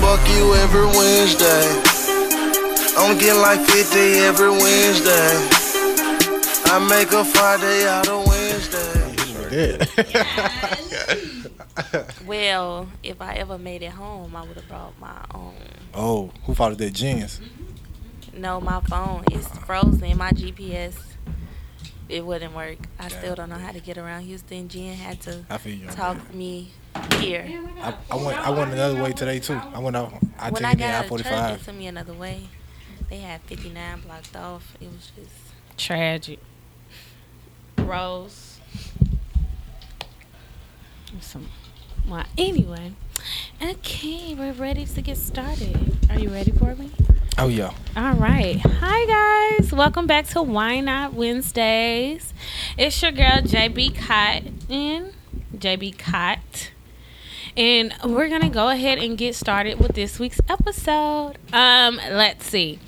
fuck you every Wednesday. I'm getting like 50 every Wednesday. I make a Friday out of Wednesday. Well, if I ever made it home, I would have brought my own. Oh, who followed that jeans? No, my phone is frozen. My GPS, it wouldn't work. I still don't know how to get around Houston. Jen had to I feel you. talk me here. I, I went. I went another way today too. I went out. I took when the I got out of church, I-45. it took me another way. They had 59 blocked off. It was just Tragic. Rose. Some. Well, anyway. Okay, we're ready to get started. Are you ready for me? Oh yeah. All right. Hi, guys. Welcome back to Why Not Wednesdays. It's your girl, JB Cotton. JB Cott. And we're going to go ahead and get started with this week's episode. Um, let's see.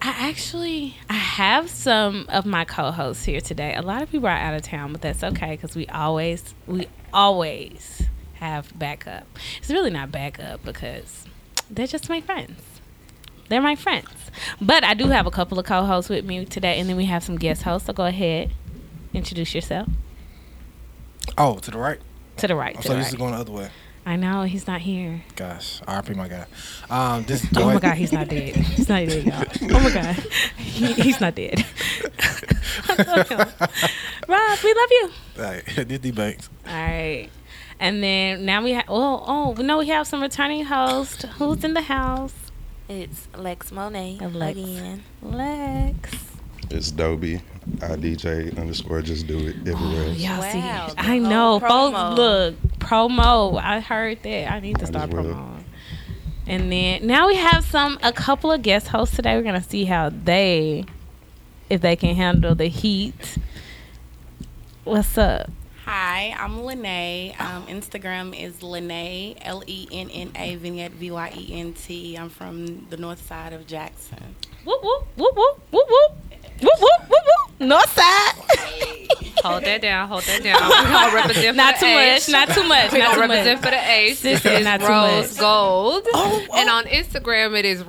I actually I have some of my co-hosts here today. A lot of people are out of town, but that's okay cuz we always we always have backup. It's really not backup because they're just my friends. They're my friends. But I do have a couple of co-hosts with me today, and then we have some guest hosts. So go ahead, introduce yourself Oh, to the right. to the right. I'm To so the used right. to going the other way. I know he's not here. Gosh, RP my guy. Um, this. Oh my God, he's not dead. He's not dead, y'all. Oh my God, he, he's not dead. I love him. Rob, we love you. Like, this D Banks. All right. And then now we have oh oh no we have some returning host who's in the house it's Lex Monet Lex. again. Lex. It's Dobie. I DJ underscore just do it everywhere. Y'all see, Wow, the I know. whole Folks, promo. look, promo. I heard that. I need to Might start as well. promoting. And then now we have some a couple of guest hosts today. We're gonna see how they, if they can handle the heat. What's up? Hi, I'm Lene. Um, Instagram is Lene, L E N N A, vignette, V Y E N T. I'm from the north side of Jackson. Whoop whoop whoop whoop whoop whoop whoop whoop whoop whoop. North side. Hold that down. Hold that down. We gonna represent not for too the much. A's. Not too much. We Not gonna too much. Oh, represent for the A's. This Sister, is not too Rose much. Gold, and on Instagram it is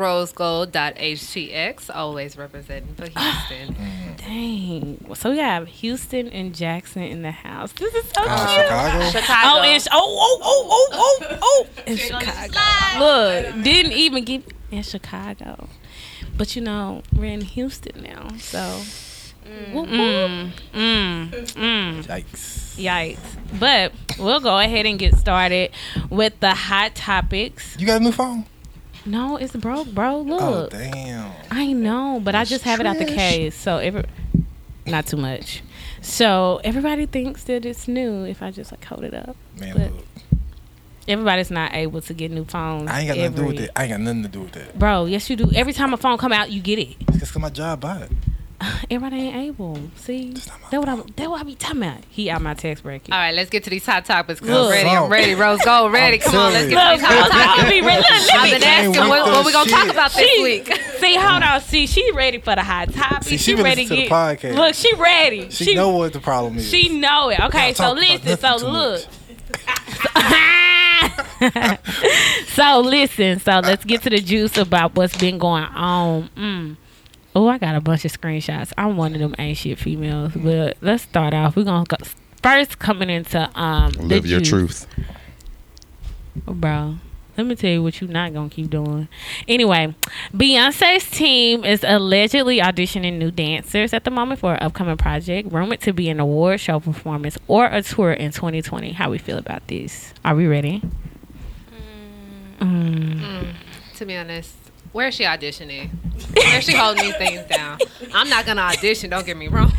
rosegold.htx. Always representing for Houston. Dang. So we have Houston and Jackson in the house. This is so Uh, cute. Chicago. Chicago. Oh, in, oh, oh, oh, oh, oh, oh, in Chicago. Look, didn't even get in Chicago. But you know, we're in Houston now, so. Whoop, whoop. Mm, mm. Yikes. Yikes. But we'll go ahead and get started with the hot topics. You got a new phone? No, it's broke, bro. Oh Look. damn. I know, but I just have it out the trash. case, so every not too much. So everybody thinks that it's new if I just like hold it up. Man, But- look. Everybody's not able to get new phones. I ain't got nothing to do with every- that. I ain't got nothing to do with that. Bro, yes you do. Every time a phone come out, you get it. It's 'cause my job bought it. Everybody ain't able. See, That's not my that what I that what I be talking about. He out my text bracket. All right, let's get to these hot topics. 'cause Look. I'm ready. Salt. I'm ready. Rose Gold, ready. I'm Come on, telling let's get you. to Look, these hot I've topics. been ready. Look, I've let been me- Can't asking wait what, for what we gonna talk shit. about this week. See, hold on. See, she ready for the hot topic. See, she been ready listening to get- the podcast. Look, she ready. She, know what the problem is. She know it. Okay, Y'all so talking about listen. So nothing too look. much. so listen. So let's get to the juice about what's been going on. Mm. Oh, I got a bunch of screenshots. I'm one of them ain't shit females, but let's start off. We're gonna go first coming into um the Live your juice. truth. Oh, Bro, let me tell you what you're not gonna keep doing. Anyway, Beyonce's team is allegedly auditioning new dancers at the moment for an upcoming project, rumored to be an award show performance or a tour in 2020. How we feel about this? Are we ready? Mm. To be honest, where is she auditioning? Where is she holding these things down? I'm not gonna audition. Don't get me wrong.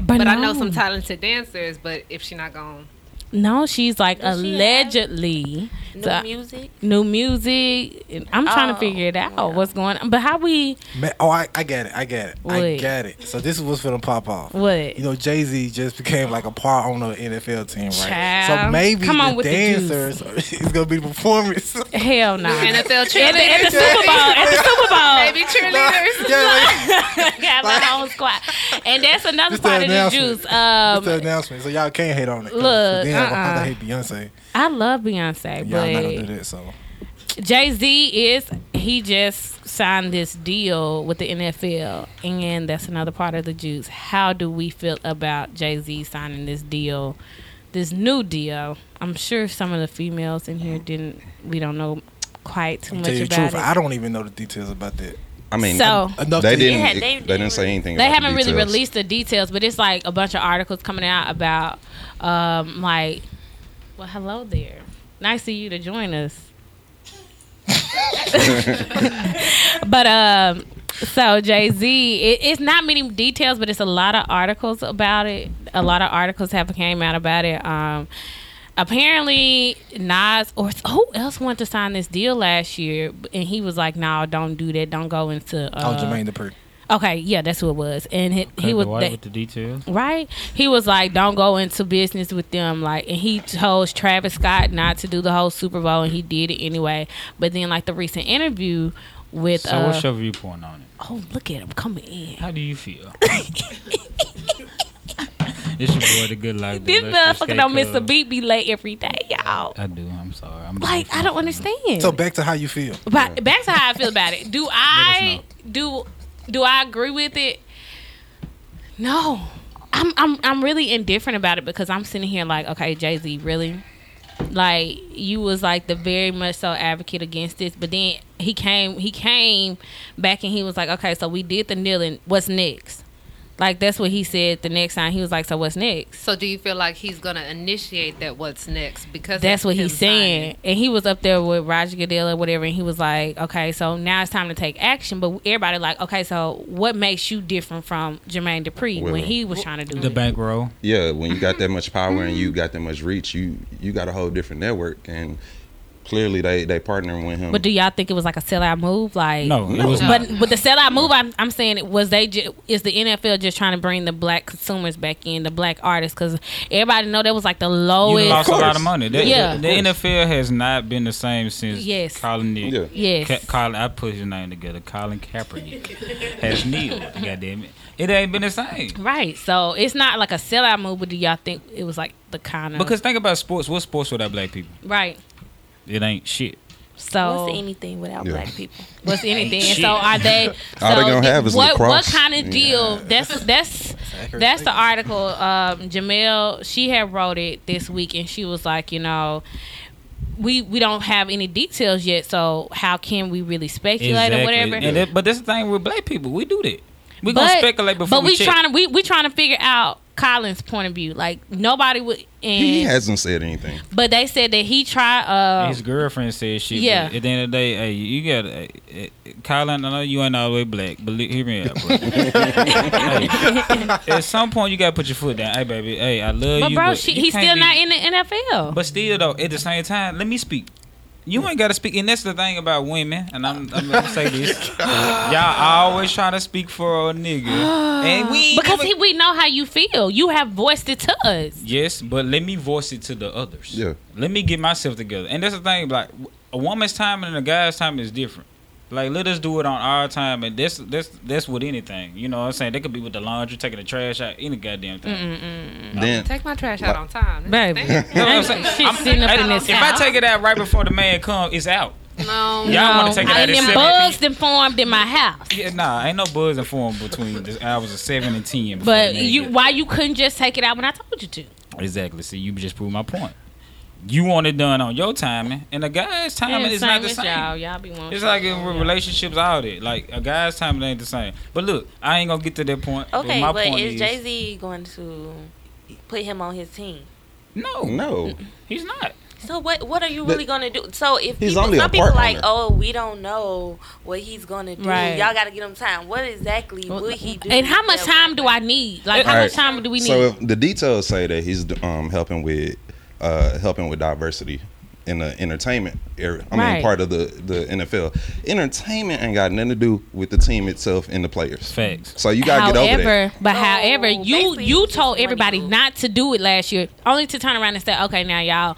But, I know no. some talented dancers. But if she not gonna No, she's like Does she have- allegedly New So- music. new music. I'm trying to Oh, figure it out. yeah. What's going on? But how we Man, oh, I, I get it. I get it. I Wait. get it. So this is what's gonna pop off. what? You know, Jay Z just became like a part owner of NFL team, right? So Child. maybe Come on the with the juice. dancers is gonna be the performance. Hell no. Nah. At, the- at NFL the cheerleaders, Super Bowl. At the Super Bowl. baby cheerleaders. yeah, like, have my own squad. And that's another It's the part of the announcement. juice. it's the Um, announcement. So y'all can't hate on it. 'cause Look, then I'm gonna uh-uh. hate Beyonce. I love Beyonce, Y'all not gonna do but that. So Jay Z is he just signed this deal with the NFL, and that's another part of the juice. How do we feel about Jay Z signing this deal, this new deal? I'm sure some of the females in here didn't. We don't know quite too I'm much tell you the about truth, it. I don't even know the details about that. I mean, so Enough they to didn't. e- Yeah, they they, didn't didn't say really- anything. they about the haven't really details. released the details, but it's like a bunch of articles coming out about, um, like, well, hello there. Nice of you to join us. but um, so Jay Z, it, it's not many details, but it's a lot of articles about it. A lot of articles have came out about it. Um, apparently Nas or who else wanted to sign this deal last year, and he was like, "No, don't do that. Don't go into." Oh, Uh, Jermaine Dupri. Okay, yeah, that's who it was, and he, he was White they- with the details. right. He was like, "Don't go into business with them." Like, and he told Travis Scott not to do the whole Super Bowl, and he did it anyway. But then, like the recent interview with, So uh, what's your viewpoint on it? oh look at him coming in. How do you feel? it's your boy, the good life. This the illustrious motherfucker don't miss a K-Cub. beat. Be late every day, y'all. I do. I'm sorry. I'm Like, goofy. I don't understand. So back to how you feel. But back to how I feel about it. Do I know. do do I agree with it? No. I'm I'm I'm really indifferent about it because I'm sitting here like, okay, Jay Z, really? Like you was like the very much so advocate against this, but then he came he came back and he was like, Okay, so we did the kneeling, what's next? Like that's what he said the next time. He was like, So what's next? So do you feel like he's gonna initiate that what's next because of That's what him he's saying. And he was up there with Roger Goodell or whatever, and he was like, okay, so now it's time to take action. But everybody like, okay, so what makes you different from Jermaine Dupri when Well, he was trying to do The it? bankroll. Yeah, when you got that much power and you Mm-hmm. got that much reach, you you got a whole different network, and clearly they they partnering with him. But do y'all think it was like a sellout move? Like No, it was not. But with the sellout move, I'm, I'm saying it was they ju- is the NFL just trying to bring the black consumers back in, the black artists, because everybody know that was like the You lowest. lost a lot course. of money. That- Yeah. the, the NFL has not been the same since Yes. Colin. Yeah. Yes. Ka- Colin, I put his name together. Colin Kaepernick has kneeled. Goddamn it! It ain't been the same. Right, so it's not like a sellout move, but do y'all think it was like the kind of Because think about sports. What sports without black people? right? It ain't shit. So What's anything without Yeah. black people? was anything. So Ain't shit. are they? So All they gonna have is what, what lacrosse. kind of deal? That's that's that's the article. Um, Jamel she had wrote it this week, and she was like, you know. We, we don't have any details yet, so how can we really speculate or whatever? And that, but that's the thing with black people. We do that. We gonna speculate before but we, check. trying to we, we trying to figure out Colin's point of view. Like nobody would, he and, hasn't said anything. but they said that he tried. Uh, his girlfriend said shit. Yeah. Yeah. At the end of the day, hey, you got hey, hey, Colin. I know you ain't all the way black, but li- hear me out, bro. Hey, at some point, you gotta put your foot down. Hey, baby. Hey, I love but you. bro, she, you he's can't still be- not in the NFL. But still, though, at the same time, let me speak. You ain't gotta speak, and that's the thing about women. And I'm, I'm gonna say this: y'all always trying to speak for a nigga, and we ain't because never- he, we know how you feel. You have voiced it to us. Yes, but let me voice it to the others. Yeah. Let me get myself together. And that's the thing, like a woman's time and a guy's time is different. Like let us do it on our time and that's that's that's with anything. You know what I'm saying? They could be with the laundry, taking the trash out, any goddamn thing. Mm-hmm. Then Take my trash out on time, Baby. That's the You know what I'm Ain't saying? shit I'm- sitting up I- in this if house. I take it out right before the man comes, it's out. thing. No, Y'all wanna No. take it out and at them seven. bugs them formed in my house. Yeah, nah, ain't no buzz and form between the hours of seven and ten. before But the man you, get- why you couldn't just take it out when I told you to? Exactly. See, you just proved my point. You want it done on your timing, and a guy's timing is not the same. y'all. Y'all be wanting It's shit like from in y'all. relationships, all that. Like a guy's time ain't the same. But look, I ain't gonna get to that point. Okay, but my but point is Jay Z going to put him on his team? No, no, he's not. So what what are you really gonna do? So if He's people, only a some people part like, owner. oh, we don't know what he's gonna do. Right. Y'all gotta get him time. What exactly would he do? And how much that time would- do I need? Like, how All much right. time do we need? so if the details say that he's um helping with uh helping with diversity in the entertainment area. I mean, Right. part of the the NFL. Entertainment ain't got nothing to do with the team itself and the players. Facts. So you gotta however, get over that. but So, however, you Oh, basically, you it's just told money everybody move. not to do it last year, only to turn around and say, "Okay, now y'all,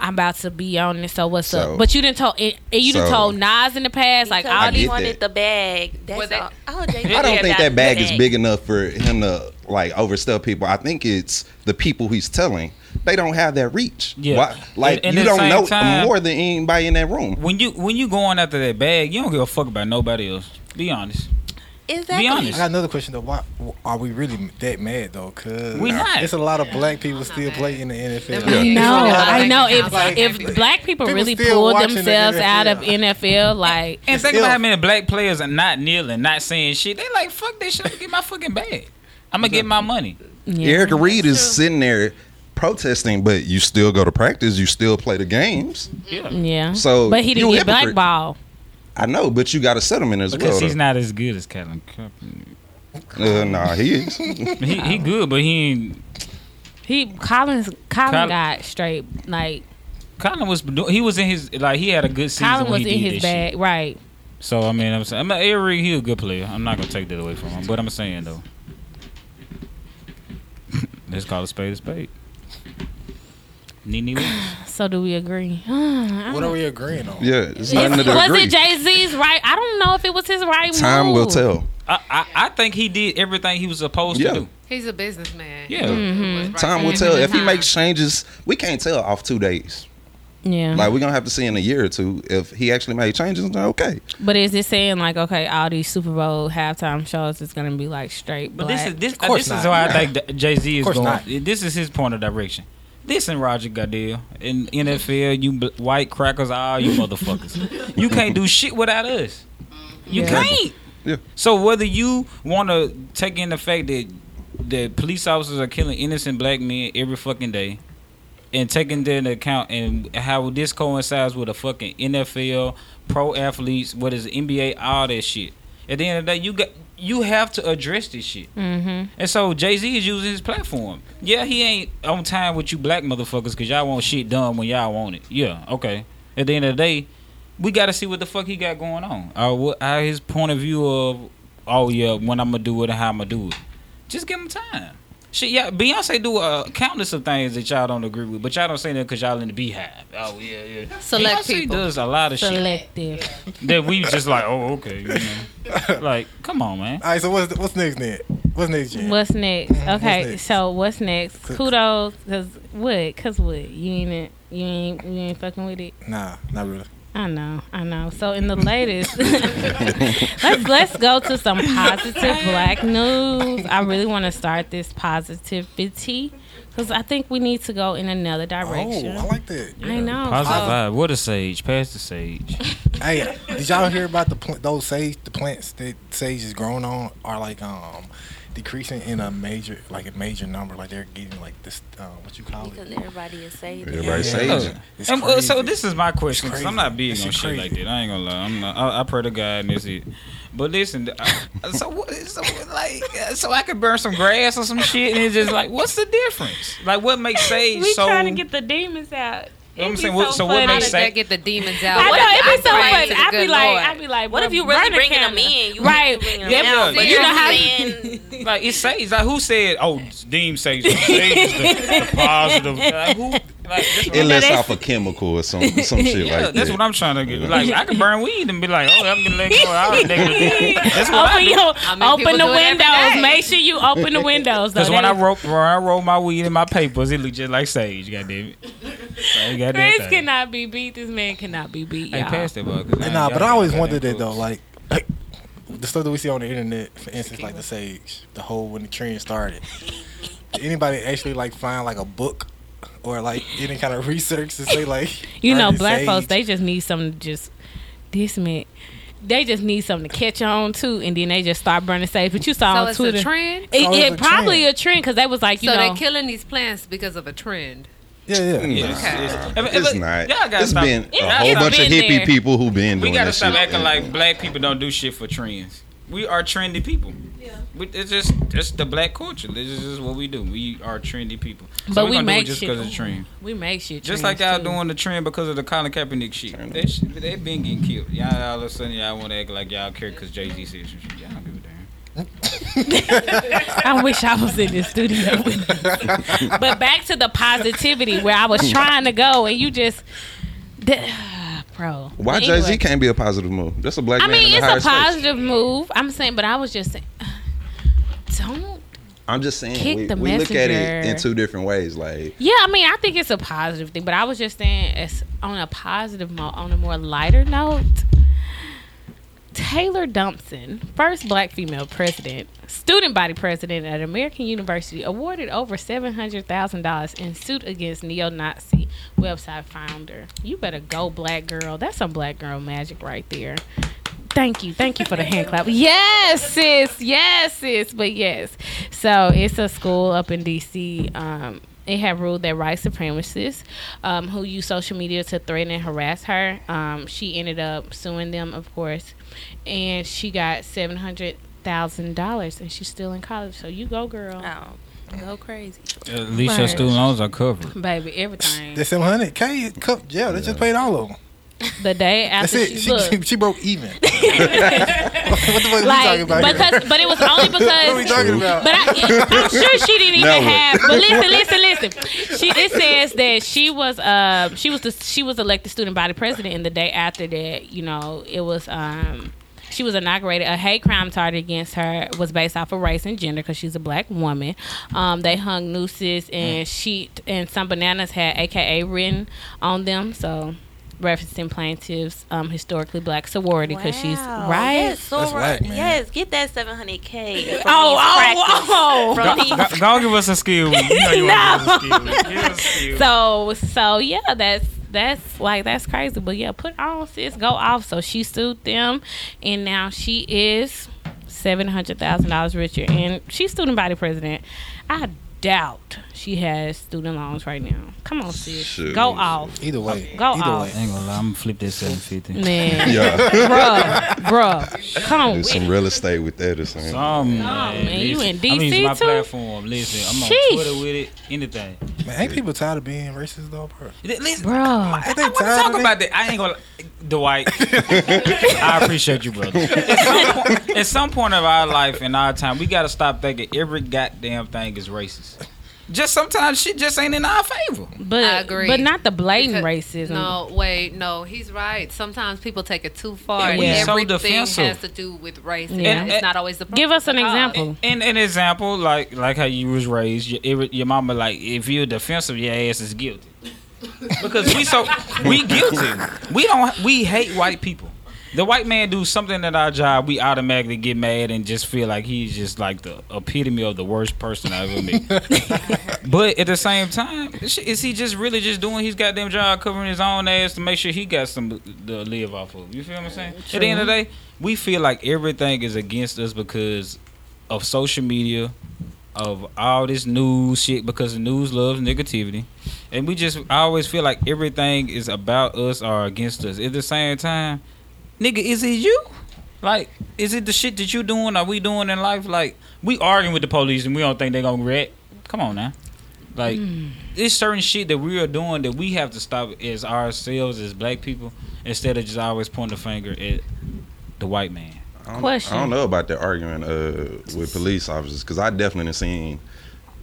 I'm about to be on this. So what's So- up?" But you didn't told and and you done so- told Nas in the past, like Because all I he these. get wanted that. the bag. That's Well, that- all. Oh, Jay-Z I don't got think that the bag is big enough for him to like overstep people. I think it's the people he's telling they don't have that reach. Yeah. Why, like And- and you at the don't same know time- more than anybody in that room. When you when you going after that bag, you don't give a fuck about nobody else. Be honest. Exactly. honest. I got another question though. Why are we really that mad though? Cause We not. It's a lot of black people still mad. play in the NFL. Yeah. I Yeah. know, Yeah. I know. Yeah. If Like- if black people People really still pulled watching the themselves out of NFL. NFL, like And think Still- about how many black players are not kneeling, not saying shit. They like fuck this shit. I'ma Get my fucking bag. I'm gonna get my money. Erica Reed is sitting there protesting, but you still go to practice. You still play the games. yeah. So, but he didn't you get hypocrite. blackballed. I know, but you got a settlement as Because well. he's not as good as Colin Kaepernick. uh, nah, he is. He, he good, but he ain't He Collins Colin Colin- got straight like Colin was do- he was in his like he had a good season. Colin was when he in did his this bag, right? shit. So I mean, I'm saying, I'm not Eric. He a good player. I'm not gonna take that away from him. But I'm saying though, let's call a spade a spade. Nene Williams. So do we agree? What are we agreeing on? Yeah, it's Is- nothing to was agree. it Jay Z's right? I don't know if it was his right. Time move. will tell. I, I I think he did everything he was supposed Yeah. to do. He's a businessman. Yeah. Mm-hmm. Right Time will hand tell. in If he time. makes changes, we can't tell off two days. Yeah, Like we're gonna have to see in a year or two if he actually made changes. then Okay, but is it saying like okay, all these Super Bowl halftime shows is gonna be like straight But black? this is this uh, course this is not. why I think Jay Z is course going. not. This is his point of direction. This and Roger Goodell in NFL, you bl- white crackers, all you motherfuckers. you can't do shit without us. You Yeah. can't. Yeah. So whether you want to take in the fact that that police officers are killing innocent black men every fucking day, and taking that into account, and how this coincides with a fucking NFL, pro athletes, what is it, NBA, all that shit. At the end of the day, you got you have to address this shit. mm-hmm. And so Jay Z is using his platform. Yeah, he ain't on time with you black motherfuckers because y'all want shit done when y'all want it. Yeah, okay. At the end of the day, we got to see what the fuck he got going on. Or what, how his point of view of, oh yeah, when I'm gonna do it and how I'm gonna do it. Just give him time. Shit, yeah, Beyonce do uh, countless of things that y'all don't agree with, but y'all don't say that because y'all in the beehive. Oh yeah, yeah. Select Beyonce people. does a lot of Selective. shit that we just like, oh okay, you know. like come on, man. All right, so what's what's next then? What's next, Jen? What's next? Okay, Mm-hmm. next? so what's next? Cause- Kudos, cause what? Cause what? You ain't it- you ain't you ain't fucking with it. Nah, not really. I know, I know. So in the latest, let's let's go to some positive black news. I really want to start this positivity because I think we need to go in another direction. Oh, I like that. I Oh, know. Positive so- vibe. What a sage. Pass the sage. Hey, did y'all hear about the pl- those sage the plants that sage is grown on are like um decreasing in a major like a major number like they're getting like this um, what you call Because it? everybody is saying it. Yeah. everybody sage. Oh. It's And, uh, so crazy. this is my question It's 'cause I'm crazy. not big It's on shit crazy. like that. I ain't gonna lie. I'm not, I, I pray to God and that's it. But listen, I, so what- so like uh, so I could burn some grass or some shit, and it's just like, what's the difference? Like, what makes sage we so? trying to get the demons out. You know what I'm It'd be saying? What- so what funny. How makes does Say- that get the demons out? I What know if it'd be so pray funny. to the I'd be good like, Lord? I'd be like, What bruh, if you really burn the bringing them camera. in? You Right. bringing them Yeah, out, but but you know you're how- saying- Like it's sage. Like who said? Oh, deem sage. Sage is the, the positive. Like, who? Like, that's what I'm- It lets they- off a chemical or some some shit yeah, like that's that. what I'm trying to get. Like I could burn weed and be like, oh, I'm gonna let go. I'll let go. That's what I Open, do. your, I mean, people open the do it every windows. day. Make sure you open the windows. though. Because when That I is- wrote when I roll my weed in my papers, it look just like sage. Goddamn it! Like, goddamn Chris thing. cannot be beat. This man cannot be beat. Hey, Y'all. pass that bug. 'cause ain't nah, got but I no always goddamn wondered that books. though like like the stuff that we see on the internet for instance like the sage the whole when the trend started did anybody actually like find like a book or like any kind of research to say like You know, "Burn the black sage"? folks they just need something to just this man. They just need something to catch on to, and then they just start burning sage. But you saw so on it's Twitter, a trend. it, So it's it a probably trend. a trend because they was like, you So know, they're killing these plants because of a trend. yeah yeah, Nah, Okay. It's, It's- not. y'all gotta It's stop- been it's a been whole bunch of hippie there. people who been We doing gotta that stop shit. acting like black people don't do shit for trends. We are trendy people. Yeah, we, it's just just the black culture. This is just what we do. We are trendy people. So But we we gonna make do it just shit. because of trend. we make shit. Just trends, like y'all too. doing the trend because of the Colin Kaepernick shit. They, shit- they been getting killed. Y'all all of a sudden y'all want to act like y'all care because Jay Z said some shit. Y'all don't give a damn. I wish I was in the studio. with you. but back to the positivity where I was trying to go, and you just, that, bro. Why But Jay Z anyway. can't be a positive move? That's a black I man. mean, it's in the higher a space. positive move. I'm saying, but I was just saying, don't I'm just saying Kick we, the we look at it in messenger. two different ways. Like Yeah, I mean, I think it's a positive thing, but I was just saying, it's on a positive, mo- on a more lighter note. Taylor Dumpson, first black female president, student body president at American University, awarded over $700,000 in suit against neo Nazi website founder. You better go, black girl. That's some black girl magic right there. Thank you. Thank you for the hand clap. Yes, sis. Yes, sis. But yes. So it's a school up in D.C. Um, it had ruled that white supremacists um, who use social media to threaten and harass her, um, she ended up suing them, of course, and she got seven hundred thousand dollars, and she's still in college. So you go, girl, Oh, go crazy. At least your student loans are covered. baby. Everything. That's seven hundred k cup jail. They just paid all of them. the day That's after it. she looked, She, she broke even. what the fuck are we talking like about? here? because, but it was only what are we because talking about? But I, I'm sure she didn't even Now what? have. But listen, listen, listen. She it says that she was uh she was the, she was elected student body president, and the day after that, you know, it was um she was inaugurated. A hate crime targeted against her was based off of race and gender because she's a black woman. Um, they hung nooses and sheet and some bananas had AKA written on them. So. Referencing plaintiffs, um, historically black sorority, because she's Wow. right. Yes, so That's whack, man. yes, get that 700K. Oh, from these oh, practice- From oh! these Go, go give us a skill. You know you want to give us a skill. Give us a skill. So so yeah, that's that's like that's crazy. But yeah, put on sis, go off. So she sued them, and now she is seven hundred thousand dollars richer, and she's student body president. I doubt she has student loans right now. Come on, sis, Shoot. go off, Either way. Go either off. way. I ain't gonna lie, I'm gonna flip that 750. man, yeah, bruh, bruh. Come on, do some real estate with that or something. Some, Oh, man, you in I'm DC using my too? platform. Listen, I'm on Sheesh. Twitter with it. Anything. Man, ain't people tired of being racist though, bro? Listen, bruh. I Ain't they want to tired talk of about that. I ain't gonna lie. Dwight. I appreciate you, brother. At some, point, at some point of our life and our time, we gotta stop thinking every goddamn thing is racist. Just sometimes shit just ain't in our favor. But I agree. but not the blatant Because- racism. No, wait, no, he's right. Sometimes people take it too far. Yeah, and we so Everything defensive. has to do with race. and Yeah. It's not always the Give us an the cause. example. In an example, like like how you was raised, your, every- your mama like if you're defensive, your ass is guilty. Because we so we guilty. We don't we hate white people. The white man do something at our job, we automatically get mad and just feel like he's just like the epitome of the worst person I ever met. but at the same time, sh- is he just really just doing his goddamn job, covering his own ass to make sure he got some to live off of? You feel what I'm saying? At the end of the day, we feel like everything is against us because of social media, of all this news shit, because the news loves negativity. And we just I always feel like everything is about us or against us. At the same time, nigga, is it you? Like, is it the shit that you doing? Are we doing in life? Like, we arguing with the police and we don't think they gonna react. Come on now. Like, it's certain shit that we are doing that we have to stop as ourselves, as black people, instead of just always pointing the finger at the white man. I don't- Question. I don't know about the argument uh, with police officers because I definitely done seen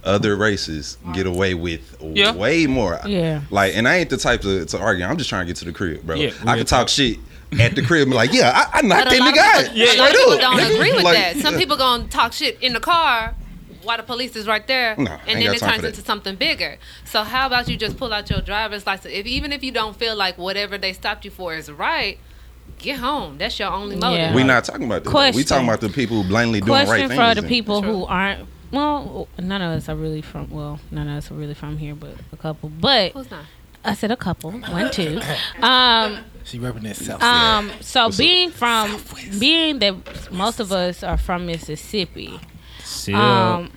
other races get away with Yeah. way more. Yeah. Like, and I ain't the type to, to argue. I'm just trying to get to the crib, bro. Yeah, I real can talk talk. shit at the crib. and Be like, yeah, I, I knocked But a that lot nigga of out. people, a Straight lot of people up. don't nigga. agree with Like, that. Some yeah. people gonna talk shit in the car while the police is right there, No, I ain't and then got it time turns for that. into something bigger. So how about you just pull out your driver's license? If even if you don't feel like whatever they stopped you for is right, get home. That's your only motive. Yeah. We not talking about that. though. We Question. talking about the people who blindly doing right question things. for the and- people Sure. who aren't well none of us are really from well none of us are really from here but a couple but Who's not? i said a couple one two um She repping that South. um so What's up? being from being that most of us are from mississippi Still, um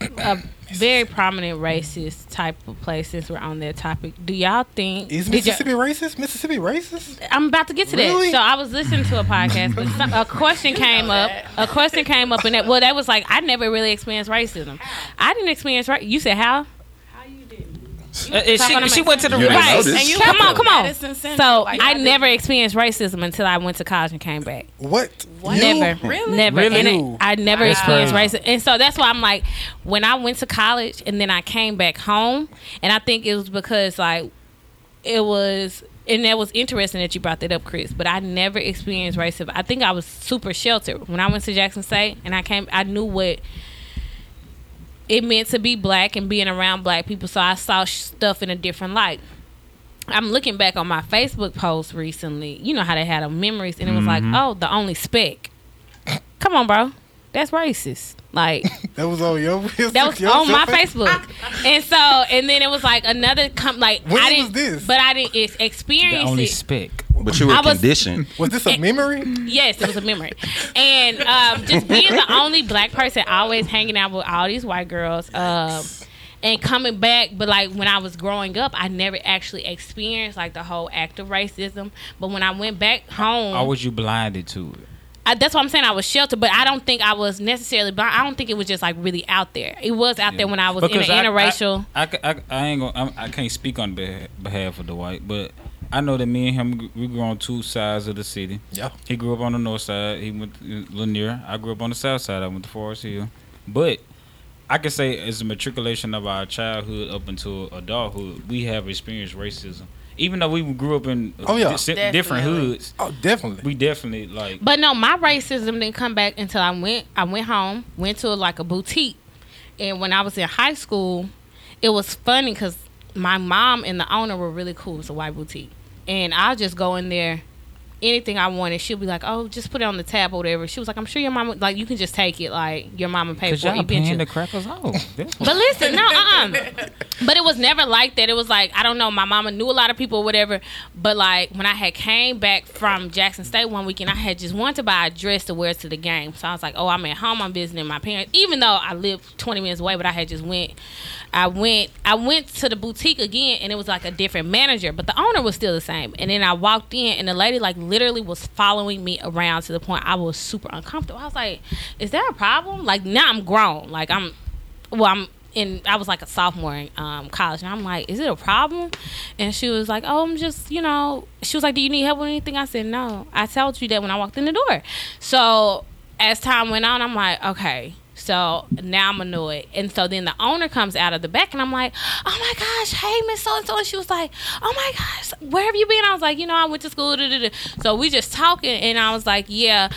a very prominent racist type of place since we're on that topic do y'all think Is did y'all- Mississippi racist? Mississippi racist? I'm about to get to Really? that. So I was listening to a podcast, but some, a question came up. A question came up, and that well, that was like I never really experienced racism. I didn't experience right. You said how? Uh, and talking she, to she my went to the You didn't right. know Right. this. And you come on, come on. Madison Center, So like, I I did- never experienced racism until I went to college and came back. What? You? Never, Really? never, Really? and Ooh. it, I never That's experienced crazy. racism, and so that's why I'm like, when I went to college and then I came back home, and I think it was because like it was and that was interesting that you brought that up chris but i never experienced racism i think i was super sheltered when i went to jackson state and i came i knew what it meant to be black and being around black people. So I saw sh- stuff in a different light. I'm looking back on my Facebook post recently. You know how they had them memories, and it was like, oh, the only speck. Come on, bro. That's racist. Like, That was on your. that was your- on my your- Facebook. And so, and then it was like another com- like When I was didn't, this? but I didn't ex- The experience only it. speck. But you were I was- conditioned. Was this a memory? Yes, it was a memory. And um, just being the only black person always hanging out with all these white girls. Um, and coming back, but like when I was growing up, I never actually experienced like the whole act of racism. But when I went back home, Or was you blinded to it? I, that's what I'm saying. I was sheltered, but I don't think I was necessarily. But I don't think it was just like really out there. It was out there when I was Because in I- an interracial. I, I, I, I ain't gonna, I'm, I can't speak on beh- behalf of Dwight, but I know that me and him gr- we grew on two sides of the city. Yeah. He grew up on the north side. He went to Lanier. I grew up on the south side. I went to Forest Hill. But I can say as a matriculation of our childhood up until adulthood, we have experienced racism. Even though we grew up in uh, Oh, yeah. di- different Definitely. hoods, Oh, definitely. we definitely like But no, my racism didn't come back until I went. I went home, went to like a boutique, and when I was in high school, it was funny because my mom and the owner were really cool. It's a white boutique, and I'll just go in there. Anything I wanted, she'll be like, "Oh, just put it on the tab or whatever." She was like, "I'm sure your mama like you can just take it. Like your mama paid because for it. y'all You been paying to- the crackers out. That's what- But listen, no, uh, uh but it was never like that. It was like I don't know. My mama knew a lot of people, or whatever. But like when I had came back from Jackson State one weekend, I had just wanted to buy a dress to wear to the game. So I was like, oh, I'm at home. I'm visiting my parents, even though I live 20 minutes away. But I had just went. I went. I went to the boutique again, and it was like a different manager, but the owner was still the same. And then I walked in, and the lady like literally was following me around to the point I was super uncomfortable. I was like, is there a problem? Like now I'm grown. Like I'm well, I'm in. I was like a sophomore in um, college, and I'm like, "Is it a problem?" And she was like, "Oh, I'm just, you know." She was like, "Do you need help with anything?" I said, "No, I told you that when I walked in the door." So as time went on, I'm like, "Okay." So now I'm annoyed, and so then the owner comes out of the back, and I'm like, "Oh my gosh, hey Miss So and So," and she was like, "Oh my gosh, where have you been?" I was like, "You know, I went to school." Da, da, da. So we just talking, and I was like, "Yeah,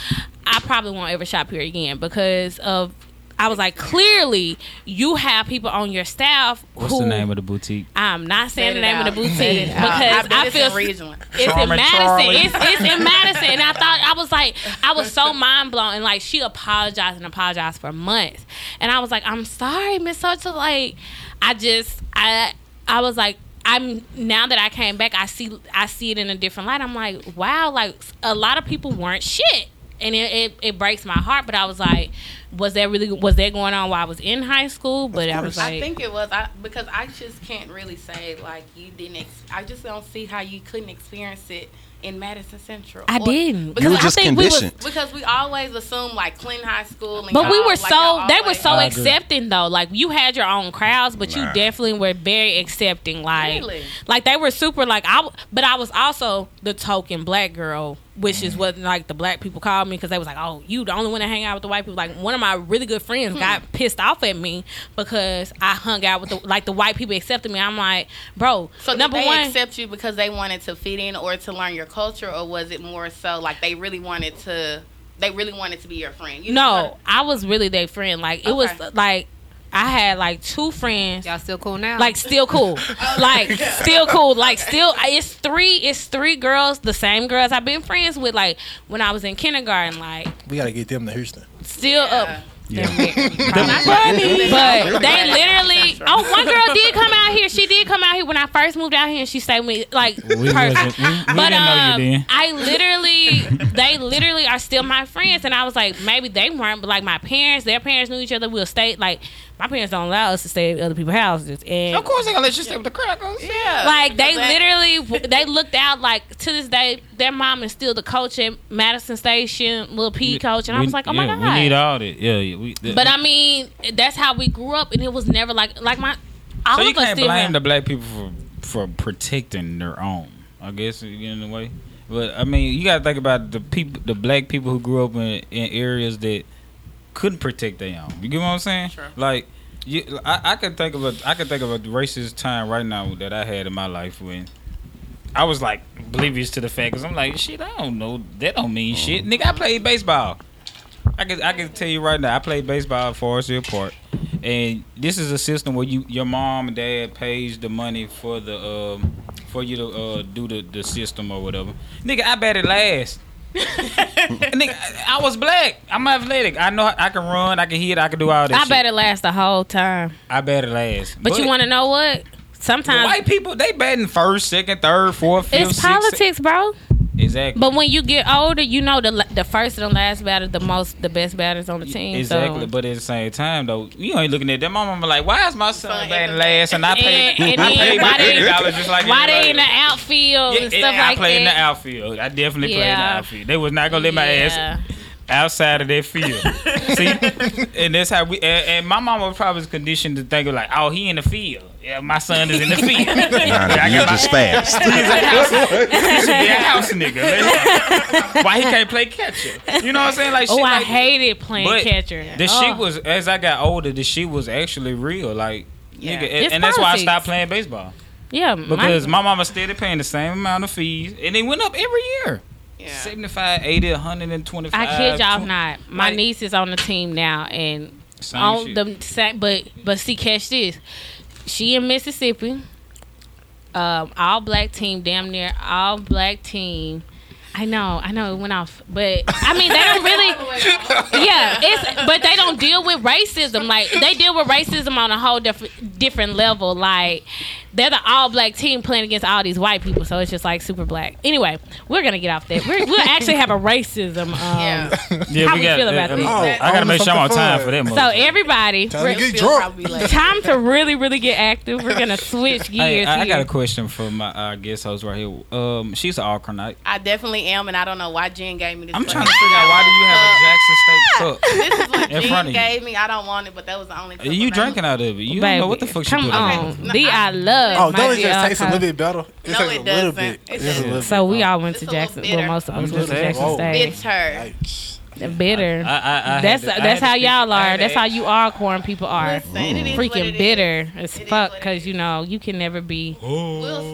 I probably won't ever shop here again because of I was like, clearly you have people on your staff what's who the name of the boutique? I'm not saying the Set it name out. of the Set boutique it because out. I, bet I, it's feel in region. it's in Charmin Madison. Charlie. It's, it's in Madison, and I thought I was like, I was so mind blown, and like she apologized and apologized for months, and I was like, I'm sorry, Miss Such. Like, I just I I was like. I'm now that I came back, I see I see it in a different light. I'm like, wow, like a lot of people weren't shit, and it, it, it breaks my heart. But I was like, was that really was that going on while I was in high school? But I was like, I think it was I, because I just can't really say like you didn't. Ex- I just don't see how you couldn't experience it in Madison Central. I Or- didn't. because You were I just think we was- conditioned. because we always assume like Clinton High School. And But we were y'all, Uh, like, so y'all they were always- so I agree. accepting though. Like you had your own crowds, but you Nah. definitely were very accepting. Like Really? like they were super like I. w- But I was also the token black girl, which is what like the black people called me because they was like, oh, you the only one to hang out with the white people. Like one of my really good friends Hmm. got pissed off at me because I hung out with the like the white people accepted me. I'm like, bro, So did number they one. accept you because they wanted to fit in or to learn your culture, or was it more so like they really wanted to? They really wanted to be your friend. You no, I was really their friend. Like it was Okay. like I had like two friends. Y'all still cool now? like still cool like still cool like still I- it's three it's three girls the same girls i've been friends with like when i was in kindergarten like We gotta get them to Houston. still Yeah. up Funny. but they literally oh one girl did come out here she did come out here when i first moved out here and she stayed with me like We, person wasn't- we, we but didn't know um, you then. I literally, they literally are still my friends, and I was like, maybe they weren't, but like my parents, their parents knew each other. We'll stay like my parents don't allow us to stay at other people's houses, and Of course, they gonna let you stay with the crackers. Yeah. like they Exactly. literally they looked out like to this day their mom is still the coach at madison station little p coach and i We- was like oh my yeah, god we need all that. Yeah, yeah we, but i mean that's how we grew up and it was never like like my all so you of us can't still blame have- the black people for for protecting their own. I guess in a way. But I mean, you gotta think about the people, the black people who grew up in, in areas that couldn't protect their own. You get what I'm saying? Sure. Like, you, I, I can think of a, I can think of a racist time right now that I had in my life when I was like oblivious to the fact because I'm like, shit, I don't know, that don't mean shit, nigga. I played baseball. I can I can tell you right now, I played baseball at Forest Hill Park, and and this is a system where you your mom and dad pays the money for the um for you to uh, do the, the system or whatever. Nigga, I bet it last. Nigga, I I was black. I'm athletic. I know I can run. I can hit. I can do all that. I shit. bet it lasts the whole time. I bet it last. But, you want to know what? the Sometimes white people they batting first, second, third, fourth, fifth, it's sixth. politics, bro. Exactly. But when you get older, you know the la- the first and the last batter, the most, the best batters on the team. Exactly, So. but at the same time though, you ain't looking at that. My mama like, why is my son Son, batting everybody- last and I pay And- and I then pay why my they- eighty dollars just like Why everybody they in the else. outfield Yeah, and yeah, stuff I like played in the that? outfield. I definitely played in the Yeah. outfield. They was not gonna let my Yeah. ass outside of that field. See, and that's how we. And, and my mama probably was conditioned to think of like, oh, he in the field. Yeah, my son is in the field. Nah, Yeah, I nigga, got you my- just fast. he should be a house nigga. man. Why he can't play catcher? You know what I'm saying? Like, Oh, shit I like- hated playing but catcher. The oh. shit was as I got older, the shit was actually real. Like Yeah. nigga, and, It's and that's why I politics. stopped playing baseball yeah because my, my mama steady paying the same amount of fees, and they went up every year. Yeah. 75, 80, 125. I kid y'all 20 not. My like- niece is on the team now, and Same on shit. the same, but but see, catch this. She in Mississippi. Um, all black team, damn near all black team. I know, I know it went off, but I mean they don't really, yeah. It's but they don't deal with racism like they deal with racism on a whole different different level. Like they're the all black team playing against all these white people, so it's just like super black. Anyway, we're gonna get off that. We're, we'll actually have a racism. Um, Yeah. Yeah, How we feel about and- this? and- Oh, I gotta make sure I'm on something time fun. for that. So motherfucker. everybody, Time to Real get feel drunk. probably like- time to really, really get active. We're gonna switch Hey, gears. I, I here. got a question for my uh, guest host right here. Um, she's an Alkernite. I definitely am, and I don't know why Jen gave me this. I'm fucking- trying to figure out why do you have a Jackson State cup? This is what in front Jen of you. gave me. I don't want it, but that was the only. cup You around. drinking out of it? You don't know what the Baby, fuck she Come put in it. on, No, the I, I- love. Oh, my don't it just dear taste a little alcohol. bit better? It No, tastes it a little doesn't. bit. It It's a doesn't. little So bit. we all went Oh. It's to a little Jackson. bitter. Well, most of I'm us went just to Jackson asking. State. It's her. Yikes. The bitter. I- I- I had that's to- I that's had how to y'all fix it. I are. had to That's how ask- you are, corn people are. Listen, it is what it Freaking is. bitter as It is fuck what it because is. you know you can never be. We'll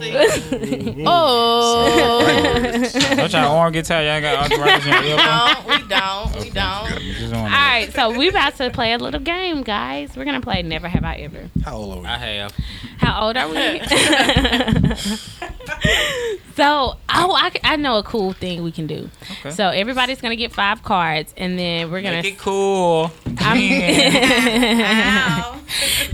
see. oh. Don't y'all arm get tired? Y'all got arthritis in your elbow. no, we don't. We don't. Just on All that. right, so we about to play a little game, guys. We're gonna play Never Have I Ever. How old are we? I have. How old are we? so, oh, I, c- I know a cool thing we can do. Okay. So everybody's gonna get five cards, and then we're gonna. Make it cool. I'm- Yeah. Ow.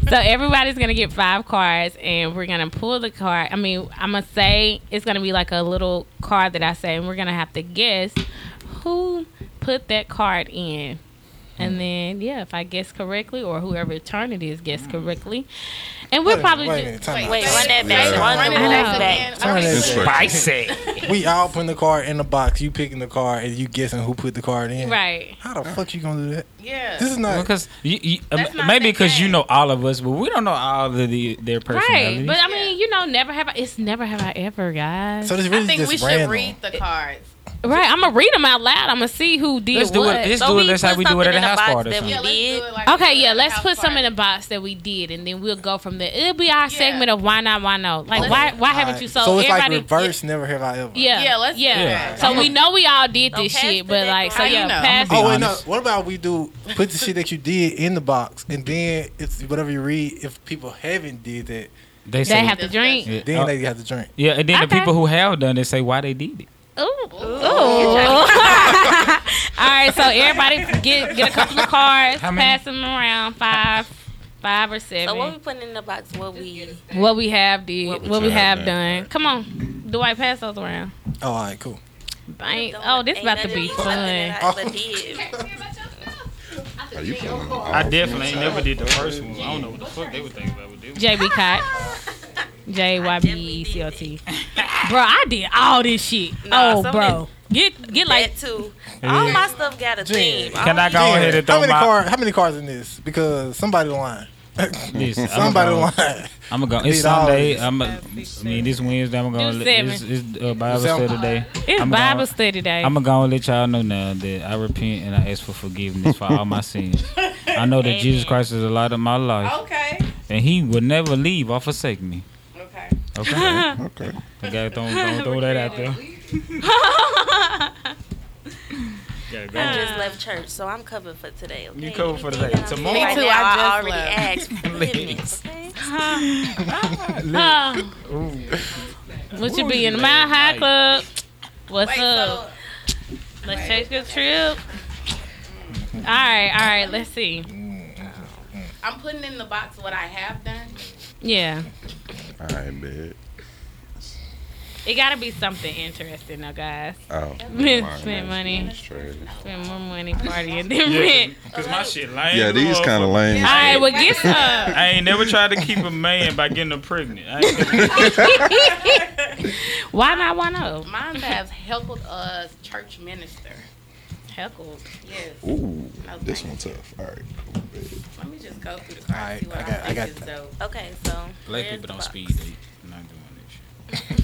so everybody's gonna get five cards, and we're gonna pull the card. I mean, I'm gonna say it's gonna be like a little card that I say, and we're gonna have to guess who put that card in. And then, yeah, if I guess correctly, or whoever turn it is guess correctly, and we'll Wait a minute, probably wait a ju- minute, time out. Wait, run that Yeah. back. Run the Running I rules know. back back. again. Turn Okay. that shit. Spicy. We all putting the card in the box. You picking the card and you guessing who put the card in. right. How the fuck you gonna do that? Yeah. This is not. Because you, you, um, That's not maybe the because you game. know all of us, but we don't know all of the, their Right, personalities. but I mean, you know, never have I. It's never have I ever, guys. so this I really think just we should random. read the cards. right, I'm gonna read them out loud. I'm gonna see who did Let's do what. it. Let's So do it. we That's how put we do it something at a in a house box party. or that something. we- Yeah, let's do did. it like Okay, we yeah, did let's house put some in party. the box that we did, and then we'll go from there. It'll be our Yeah. segment of why not, why no. Like, why, why haven't you sold So it's like everybody? reverse. Never have I ever. Yeah, Yeah, let's do yeah. that. So we know we all did this Don't pass shit, the but deck like, so around. yeah, How you know? pass. I'ma it. be Oh wait, no. honest. What about we do put the shit that you did in the box and then it's whatever you read. If people haven't did that, They They say. have to drink. yeah. then uh, they have to drink. yeah, and then the Okay. people who have done it say why they did it. Ooh. Ooh. all right, so everybody get get a couple of cards, How many? pass them around five, five or seven. So what we putting in the box? What we? what we have did, what, What we you have have done. done. Come on, Dwight, pass those around. Oh, all right, cool. I ain't- oh, this about to be fun. Are you playing Oh, on all fronts? never did the first one. I don't know what the fuck they would think about with this. JB Cot. J Y B E C O T. Bro, I did all this shit. Nah, oh, some bro. Get get like Like two. All my stuff got a theme. Can I All go these- ahead and how throw many my? cards? How many cards in this? Because somebody lying. Listen, I'm somebody gonna- lying. I'm gonna go. It's Did all Sunday. this. I'm. A, I mean, this Wednesday. I'm gonna. Do Let, seven. it's it's uh, Bible Seven. study day. it's I'm Bible gonna- study day. I'm gonna let y'all know now that I repent and I ask for forgiveness for all my sins. I know that Jesus Amen. Christ is a lot of my life, Okay. and He will never leave or forsake me. Okay. Okay, Okay. I gotta throw, don't throw that out there. Okay, go I on. just left church, so I'm covered for today. Okay? You covered for Everything today. that I'm saying Tomorrow- Me right too, now, I already asked for I just left. forgiveness. Okay? Uh, what you be in the Mile High Club? What's up? Let's take a trip. All right, all right. Let's see. I'm putting in the box what I have done. Yeah, All right, bet. it gotta be something interesting, though, guys. Oh, Man, mine, spend that's- money. that's trash. Spend more money partying than rent. Cause my shit lame. Yeah, these kind of lame. All right, well, get some. I ain't never tried to keep a man by getting her pregnant. I ain't- Why not? Why not? Mine has heckled a church minister. Heckled. Yes. Ooh, No, this thank one tough. All right. Let me just go through the card Alright, and see what I I, got- I think got is that. dope. Okay, so Black there's people the don't box. speed date. I'm not doing that shit.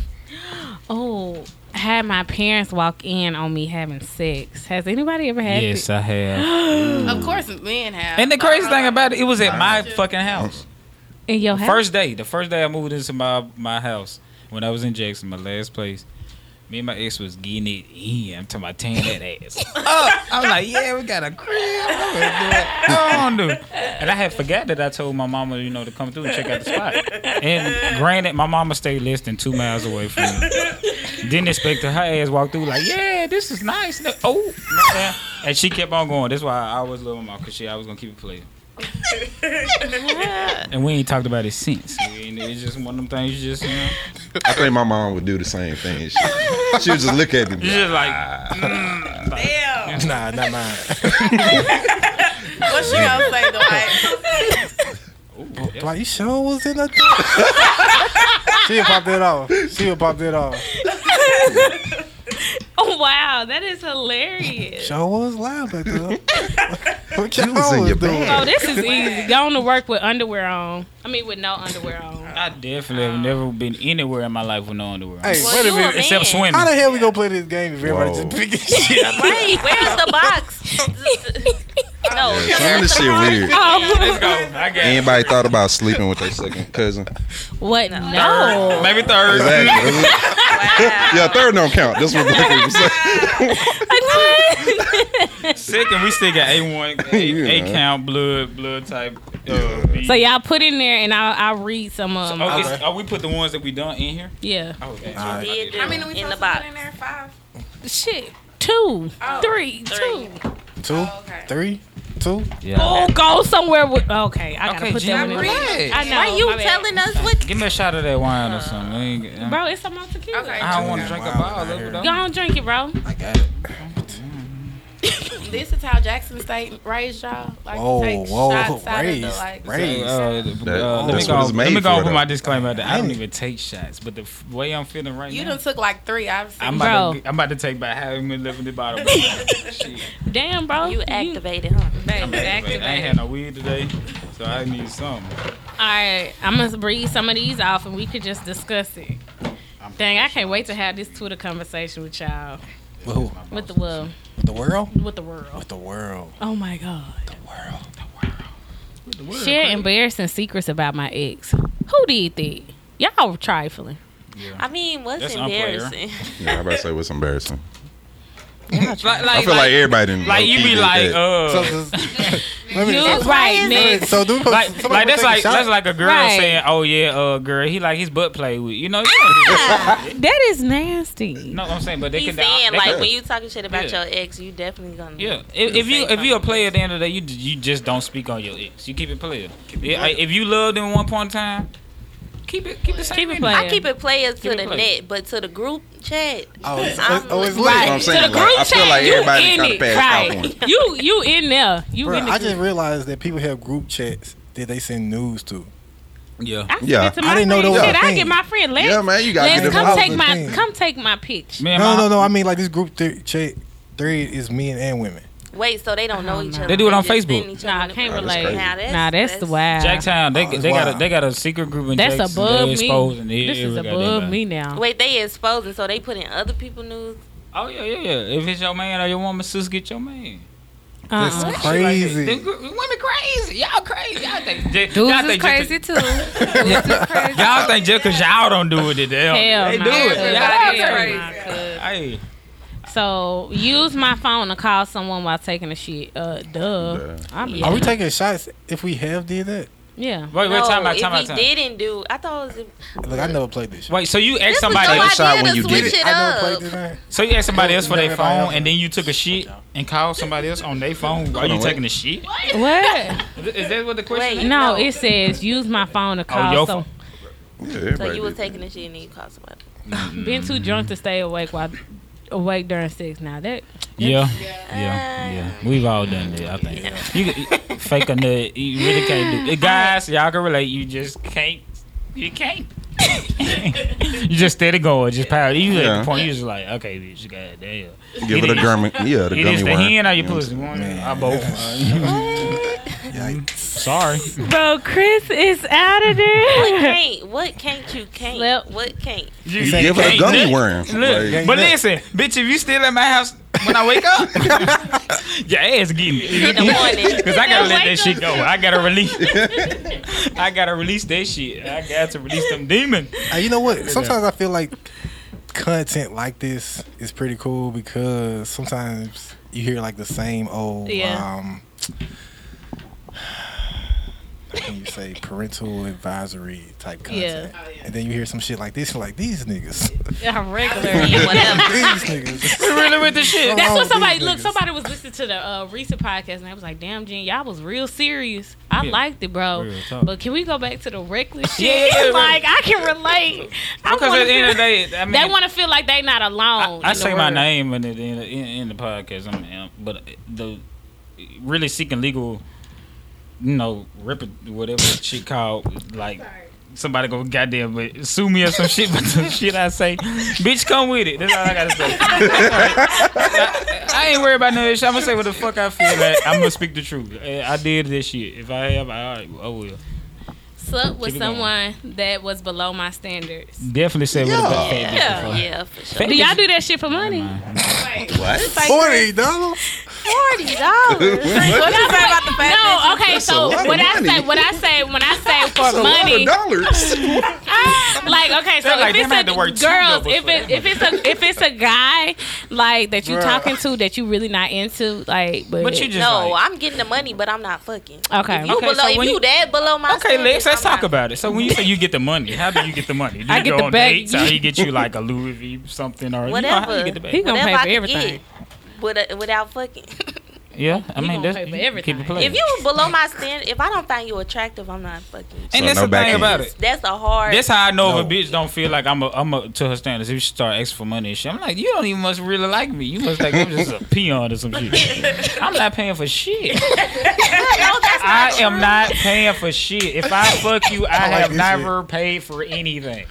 Oh, had my parents walk in on me having sex. Has anybody ever had? it? I have. Of course, men have. And the crazy thing about it, it was at my fucking house. in your house? First day, the first day I moved into my my house when I was in Jackson, my last place. Me and my ex was getting it in. I'm talking about tearing that ass up. I'm like, yeah, we got a crib. I'm gonna do it. on, dude. And I had forgot that I told my mama, you know, to come through and check out the spot. And granted, my mama stayed less than two miles away from me. Didn't expect her, her ass walk through like, yeah, this is nice. Oh, man. and she kept on going. That's why I always love my mom because she always gonna keep it playing. And we ain't talked about it since. We ain't- It's just one of them things you just, you know. I think my mom would do the same thing. She, she would just look at me. You just like, mm. Nah, not mine. What she gonna say, Dwight? Like you sure was in a. she would pop that off. She would pop that off. Oh wow, that is hilarious. Sure was loud back there. what You y'all was in your doing? bag. Oh, this is easy. Going to work with underwear on. I mean, with no underwear on. I definitely have never been anywhere in my life with no underwear. on. Hey, Well, wait a you a minute. man. Except swimming. How the hell we gonna play this game if everybody Whoa. just picking shit? up? Right, where's the box? no, Some of this shit weird. Oh, I got Anybody thought about sleeping with their second cousin? what? No. maybe third. Exactly. wow. yeah, third don't count. This one black people say. Second, we still got A one, Yeah. A count, blood, blood type. Uh, B. So y'all put in there, and I'll I'll read some of them. oh, it's- oh, we put the ones that we done in here. Yeah. Oh, okay. All right. Did I mean, we them in the supposed to box. put in there five. Shit. Two, Oh, three, two. three. Two, okay. three, two. Oh, go somewhere with. Okay, I gotta Okay, put Gina, that one in. relax. I know. Why you my bad. telling us what? Give me a shot of that wine or something. I ain't- I'm- Bro, it's some more tequila. Okay. I don't want to drink a bottle. of it, though. Go on, drink it, bro. I got it. This is how Jackson State raised y'all. Like, Whoa, take whoa, shots out of the, raised, like, raised. Uh, uh, let me that's go. what it's Let me made go for, put my though. disclaimer out there. I don't Dang. even take shots, but the f- way I'm feeling right You now, done took like three. I've seen. I'm I'm about, Bro. to, I'm about to take about half a minute left in the bottle. Shit. Damn, bro. You activated, huh? Babe, activate. I ain't had no weed today, so I need something. All right, I'm gonna read some of these off, and we could just discuss it. Dang, I can't wait to have this Twitter conversation with y'all, Whoa, with the world, the world? with the world. The world. Oh my god. The world. Share embarrassing secrets about my ex. Who did that? Y'all were trifling. I mean, what's That's unfair. embarrassing? Yeah, I'm about to say what's embarrassing. Like, like, I feel like, everybody didn't like you be like, So, uh, does- let me- You so- right, let me- next. so do like, somebody like that's take a like shot? that's like a girl Right. saying, "Oh yeah, uh, girl, he like his butt played with." You know, you don't do that. That is nasty. no, I'm saying, but they He's can. saying they like can- when you talking shit about Yeah. your ex, you definitely gonna Yeah, if, if you if you a player at the end of the day, you you just don't speak on your ex. You keep it player. Yeah, like, if you loved him one point in time, keep it keep it same Keep it energy. playing. I keep it players to Keep it the player. net, but to the group chat, Oh, it's, I'm oh, it's lit. That's what I'm to saying. the Like, group I feel chat, like you everybody in kind of it, passed right. off on it. You you in there. You Bruh, in the I just group. realized that people have group chats that they send news to. Yeah. I sent Yeah. it to my I didn't know friend. that was a Shit, I thing. get my friend. Let's, Yeah, man, you got let's to come was take a my thing. come take my pitch. Me and No, my, no, no. I mean, like this group th- chat thread is men and women. wait, so they don't know each other. They do it on just Facebook. send each Nah, I other- can't that's relate. crazy. Now that's- Oh nah, that's, that's- wild. Jacktown, they Oh, it's they got a, wild. they got a secret group in That's Jackson. above they me. exposing it This is every above goddamn me thing. now. Wait, they exposing, so they putting other people news. Oh yeah, yeah, yeah. If it's your man or your woman, sis, get your man. That's Uh-uh. crazy. Them gr- women crazy. Y'all crazy. Y'all think j- Dudes y'all is think crazy Just, too. Dudes is crazy. y'all think just cause y'all don't do it, that they don't. Hell they no. do it. Y'all Everybody crazy. is crazy. Hey, So use my phone to call someone while taking a shit. Uh, duh. Duh. I mean, Are we taking shots if we have did that? yeah. Wait, wait, time no, out, if time we out, time out. didn't do, I thought it was. Look, I never played this. Shit. Wait, so you asked This was somebody, else. your idea Shot when to you did switch it. it I never up. played this. Man. so you asked somebody else for their Everybody phone, else. and then you took a shit and called somebody else on their phone while Hold you on, taking wait. a shit. What? Is that what the question? Wait, is? No, it says use my phone to call. Oh, your so Yeah, So everybody you was did that. taking the shit and then you called somebody. been too drunk to stay awake while awake during sex. Now that Yeah, yeah, yeah. We've all done that. I think you could- fake a nut. You really can't do it, guys. Y'all can relate. You just can't. You can't. you just steady going, just power. You at Yeah. the point you just like, okay, bitch, goddamn. Give it a gummy. Yeah, the It gummy is the worm. hand or your You know what pussy. One or both. Sorry. bro, Chris is out What of there. can't? What can't you can't? Slept. What can't? You, I'm saying? Give it a can't gummy nut. worm. Look, Like, but nut. listen, bitch, if you still at my house when I wake up, your ass getting In it. the morning. Cause I gotta let that shit go. I gotta release. I gotta release that shit. I got to release them demons. Uh, you know what? Sometimes I feel like content like this is pretty cool because sometimes you hear like the same old. Yeah. Um, how can you say parental advisory type content? Yeah. And then you hear some shit like this, you're like these niggas, Yeah, regular. Whatever. these niggas. We really with the shit. That's wrong what with somebody these look. niggas? Somebody was listening to the uh, recent podcast and they was like, "Damn, Jen, y'all was real serious. I Yeah. liked it, bro. Real talk. But can we go back to the reckless shit? Yeah, yeah, yeah, like I can relate. I Because wanna at the end feel- of the day, I mean, they want to feel like they not alone. I, I in the say my world. name in the, in, the, in the podcast, I'm, I'm- but the really seeking legal, you know, rip whatever that shit called, like somebody go goddamn but sue me or some shit, but some shit I say, bitch, come with it. That's all I gotta say. I, I ain't worried about no shit. I'm gonna say what the fuck I feel. Like. I'm gonna speak the truth. Eh, I did this shit. If I have, I, I will. Slept with Keep it going. someone that was below my standards. Definitely say what the fuck. Yeah, yeah, for sure. Do y'all do that shit for money? What? Forty dollars. Forty dollars. What? What you say about the fact No, that okay. So lot of when I money. say when I say when I say for Forty money, dollars. like okay, so They're like, if they might have it's to a work two girls, doubles if for it that if it's a if it's a guy like that you Bruh. talking to that you really not into, like but, But you you, just no, like, I'm getting the money, but I'm not fucking. okay. If you Okay, below, so if when you you- that below my Okay, Lex, standards, let's I'm talk not. about it. So when you say you get the money, how do you get the money? Do you I get go the on bag. dates? How you get you like a Louis V something or you know, how do you Whatever. get the bag? He gonna Whatever pay I for can everything. get with without fucking. Yeah, I He mean gonna pay for that's you keep everything. it playing. if you below my standard, if I don't find you attractive, I'm not fucking. and So that's no the back thing end. about it. That's a hard. That's how I know if No. a bitch don't feel like I'm a I'm a to her standards. If she start asking for money and shit, I'm like, you don't even must really like me. You must think I'm just a peon or some shit. I'm not paying for shit. no, that's not I am not paying for shit. If I fuck you, I, like have this never paid for anything.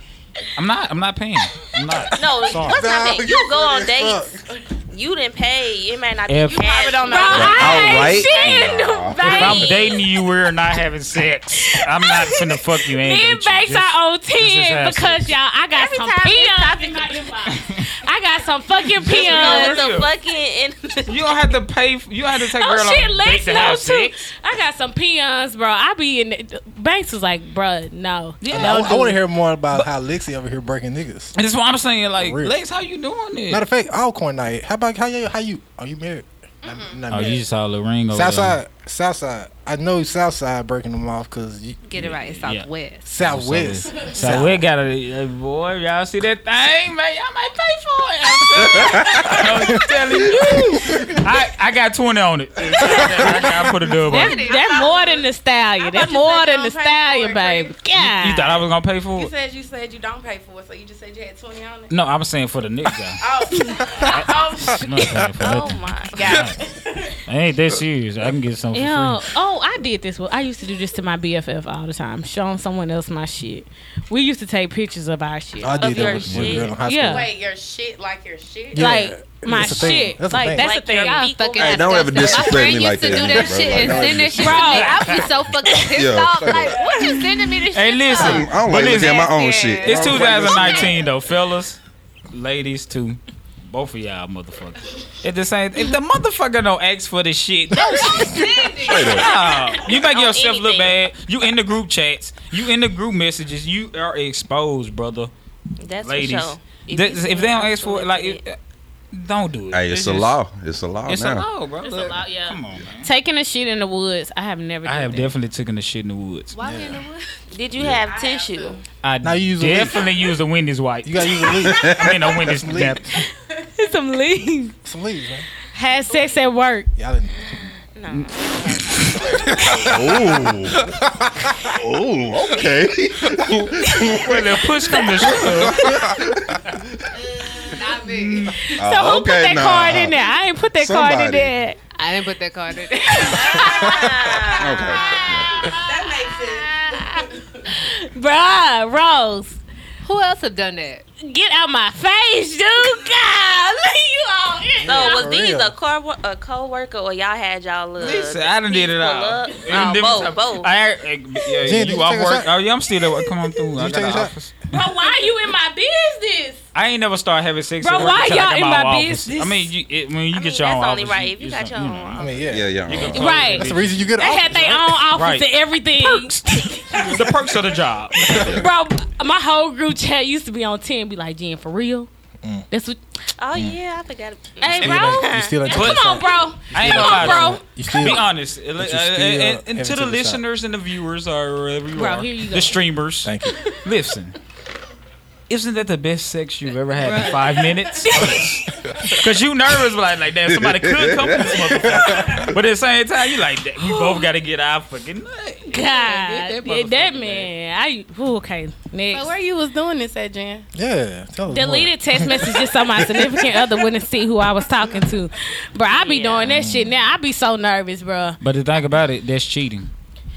I'm not. I'm not paying. I'm not. No, what's Sorry. not that? Dog, You you go on funny as dates. You didn't pay. It may not be. If- you probably don't Bro, I ain't Alright. shit in the Nah. If If I'm bank. dating you, we're not having sex. I'm not finna fuck you. Me And and date you. Banks Just- are on just ten have because sex. y'all. I got Every some time this peons topic- in my inbox. I got some fucking know peons. what Yeah. the fucking. You don't have to pay. f- You don't have to take Oh girl on shit, a date Lex to have knows too. sex. I got some peons, bro. I be in. The, Banks was like, bruh, no. Yeah, I, no, want to hear more about how Lixie over here breaking niggas. that's what I'm saying. Like, For real. Lex, how you doing this? Matter of fact, Alcorn night. How about how you? How you? Are you married? Mm-hmm. Not- not oh, married. you just saw the ring over Southside, Southside. I know Southside breaking them off because Get it right. It's Yeah. Southwest. Southwest. So we got a uh, boy. Y'all see that thing, man? Y'all might pay for it. I'm telling you. I, I got twenty on it. I got put a dub on That, it. that more than the stallion. That more than the stallion, babe. You thought God. I was gonna pay for You it? said you said you don't pay for it, so you just said you had twenty on it. No, I'm saying for the nigga. Oh, oh, shit. I'm not paying for Oh nothing. my. Got it. I ain't that serious. I can get something. Ew. for free. Oh, I did this. with- I used to do this to my BFF all the time, showing someone else my shit. We used to take pictures of our shit. I Of did your that with with a shit. girl in high school. Yeah. Wait, your shit like your shit. Yeah. Like my That's a thing. shit. That's a like thing. that's Like the thing. your I beak fucking on Hey, don't ever My disrespect friend me used like to that, do that bro. shit Like, and don't send that even- shit to me. I'd be so fucking pissed Yeah, off. fuck Like, it. what you sending me this Hey, shit? listen. for? I don't But like looking at listen, my own Yeah. shit. It's 2019 though, fellas, ladies too. Both of y'all motherfuckers. It's the same. If the motherfucker don't ask for the shit, don't Straight up. stop. You make On yourself look bad. anything. You in the group chats. You in the group messages. You are exposed, brother. That's Ladies. for sure. This- If, you they see don't me, ask for it, like, I'm it- Don't do it. Hey, it's, a just- law. It's a law It's now. a law, bro. It's a Look, law, yeah. Come on, man. Taking a shit in the woods, I have never. I done have that. definitely taken a shit in the woods. Why we in the woods? Did you have tissue? I Now you use a leaf. definitely use a Wendy's wipe. You gotta use a leaf. I mean, a Wendy's nap. some leaves. Some leaves, man. Had sex at work. Y'all didn't. No. Oh, oh, okay. When the push come to shove, Not me. So who put that card in nah. there? I ain't put that card in Somebody. there. I didn't put that card in. Bruh, Rose, Who else have done that? get out my face, dude. God, you all. in- So was for these real. a co a coworker or y'all had y'all little? listen, I done did it all. People In up? different Oh, type- both, both. I, I, yeah, Jen, did you you off take a work? shot? Oh, yeah, I'm still at work. Come on through. I you take a got an shot? office. Bro, why you in my business? I ain't never started having sex. Bro, at work why until I y'all got in my office. business? I mean, you, it, when you I mean, get your own that's office, only right if you got your know. own I office. mean, yeah. Yeah, yeah. You can uh, close Right. That's the the business. reason you get They had off. their own office Right. and everything. the perks of the job. Bro, my whole group chat used to be on 10, be like, Jen, for real? That's what. Oh yeah, I forgot. it. Hey, still bro. ain't- you still ain't Come touched on, bro. I ain't Come gonna on, lie, bro. You still, Be honest, uh, you still, and, and haven't to took the a shot. listeners and the viewers or wherever you Bro, are, here you go. the streamers. Thank you. Listen, isn't that the best sex you've ever had in five minutes? Cause you nervous, but like, like damn, somebody could come to this motherfucker. But at the same time, you like, "Damn, we both gotta get our fucking nut. God, Yeah, yeah, get that that motherfucker, man. I ooh, okay. Next, So where you was doing this at, Jen? Yeah. Tell us deleted text messages so my significant other wouldn't see who I was talking to. Bro, I be Yeah. doing that shit now. I be so nervous, bro. But the thing about it, that's cheating.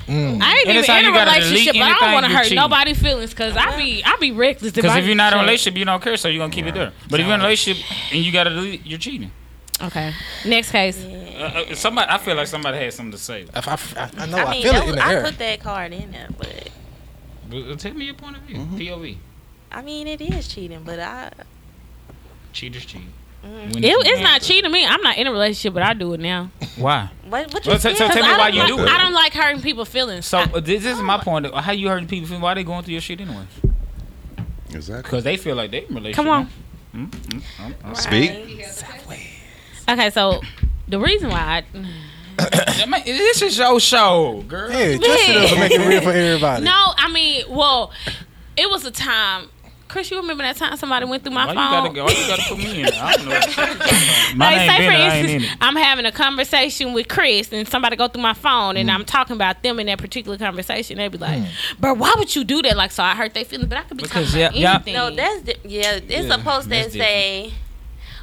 I ain't even Anytime in a you gotta delete relationship, but I anything, don't want to you hurt cheating. nobody's feelings because I be I be reckless. Because if I- you're not in a shit. relationship, you don't care, so you're gonna keep it there. But if you're in a relationship and you gotta delete, you're cheating. okay. Next case, Mm. Uh, uh, somebody, I feel like somebody had something to say. more. I, I- I know. I I, mean, feel that it was- in the I air. put that card in there, but But, uh, Tell me your point of view. POV. I mean, it is cheating. But I, Cheaters cheat. it, it's not cheating me. I'm not in a relationship, but I do it now. Why? what, what you Well, so- said? so tell me I why don't you like- do it. I don't like hurting people's feelings. So I- uh, this, this is my point. of- How you hurting people? feel- Why they going through your shit anyway? Exactly. Because they feel like they in a relationship. Come on. Mm, mm, mm, mm. Speak. okay, so the reason why I, I mean, this is your show, girl. Yeah, just sit up and make it real for everybody. No, I mean, well, it was a time. Chris, you remember that time somebody went through my why you gotta phone? go? Why you gotta put me in? I don't know. What you're talking about. like, My name say Bennett, for I ain't in instance, it. I'm having a conversation with Chris, and somebody go through my phone, Mm. and I'm talking about them in that particular conversation. They'd be like, "Bro, why would you do that?" Like, so I hurt their feelings, but I could be Because talking about yeah, yeah. anything. No, that's di- yeah. It's Yeah, supposed to that's say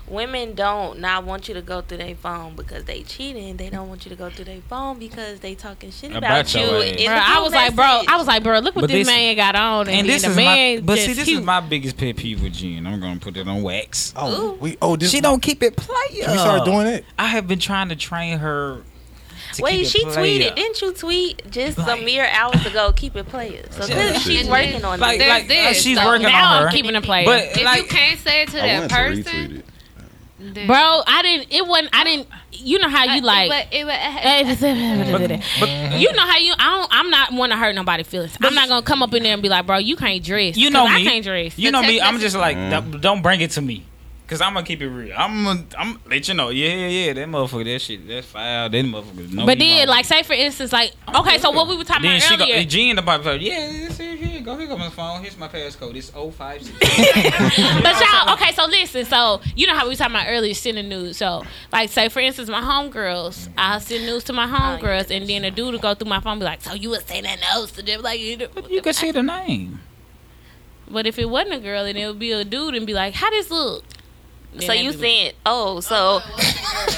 women don't not want you to go through their phone because they cheating. They don't want you to go through their phone because they talking shit about, About you. your ass. in the Bro, I group was like, bro, message. I was like, bro, look what But this, this- man got on, and, And this then is the man. my, but see, just this cute. is my biggest pet peeve with Jen. I'm gonna put it on wax. Oh, we. Oh, this. She don't keep it player. We started doing it. I have been trying to train her. To Wait, keep it she player. tweeted. Didn't you tweet just Like- some mere hours ago? Keep it players. So Yeah. clearly Yeah. she's Yeah. working on Like, this. There's like uh, this, she's so working now on I'm her. keeping a player. But If like, you can't say it to I that want to retweet person, it. then bro, I didn't. It wasn't. I didn't. You know how you I- like. Uh, But it, would- But- you know how you I don't, I'm not want to hurt nobody's feelings. I'm not gonna come up in there and be like, bro, you can't dress. You know 'Cause me. I can't dress. You The know me. text I'm just like, message- "Don't- don't bring it to me, cause I'm gonna keep it real. I'm gonna, I'm let you know. Yeah, yeah, yeah. That motherfucker, that shit, that file, that motherfucker. No, but you then, wrong. like, say for instance, like, okay, so what we were talking then she about go, earlier. Gene the pipe. Yeah, this here, here. Go here, go my phone. Here's my passcode. It's 056. but y'all, okay, so listen, so you know how we were talking about earlier sending news. So, like, say for instance, my homegirls, I'll send news to my homegirls, and then a dude will go through my phone, and be like, so you were sending news to them, like, you know, what you the can see the name. fuck? but if it wasn't a girl, then it would be a dude, and be like, how this look? Then So I'd you be like, said, oh, so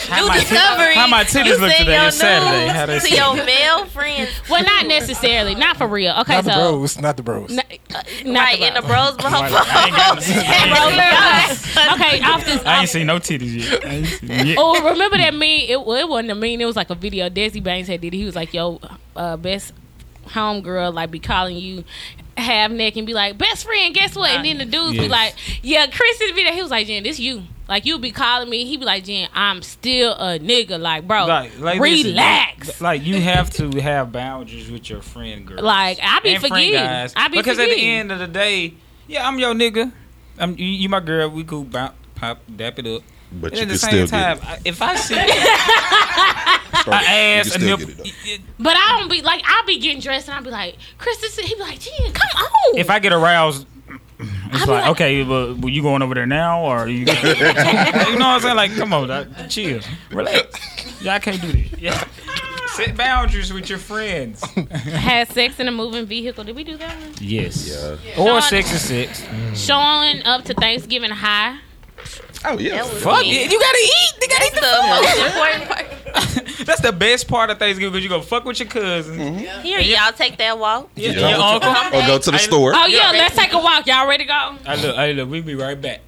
How new my, discovery. how my titties you look send today? your It's Saturday. How they nudes see to your male friends, well, not necessarily, not for real. Okay, Not the so bros. Not the bros. N- uh, not right the in the bros. bros Right, I ain't got no- okay, off this. I ain't off- seen no titties yet. I ain't seen yet. oh, remember that meme? It, well, it wasn't a meme. It was like a video. Desi Banks had did. it. He was like, "Yo, uh, best homegirl like be calling you half neck and be like best friend. Guess what?" And then the dudes be Yes. like, "Yeah, Chris is be there." He was like, "Jen, this you." Like you be calling me, he be like, "Jen, I'm still a nigga." Like, bro, Like, like listen, relax. like you have to have boundaries with your friend girl. Like, I be and friend forgetting. guys. I be because at the forgetting. end of the day, yeah, I'm your nigga. I'm you, you my girl. We cool, bop, pop, dap it up. But And you at can the still same get time, it. I- if I see an Start it. ass, a you can still nipple, get it. But I don't be like I be getting dressed and I be like, Chris, this, he be like, Jen, come on. if I get aroused, I it's be like, like- okay, but well, you going over there now or you? you know what I'm saying? Like, come on, dog, chill, relax. Y'all can't do that. Yeah. Set boundaries with your friends. had sex in a moving vehicle. Did we do that one? Yes. though. Yeah. Sean- Or six and six. Showing up to Thanksgiving high. Oh yeah. Fuck it. You gotta eat. They gotta That's the most important part. eat. That's the best part of Thanksgiving because you go fuck with your cousins. Here, y'all take that walk. Yeah. Yeah. Your uncle. Or go to the I- store. Oh yeah, let's take a walk. Y'all ready to go? I look, I look, we be right back.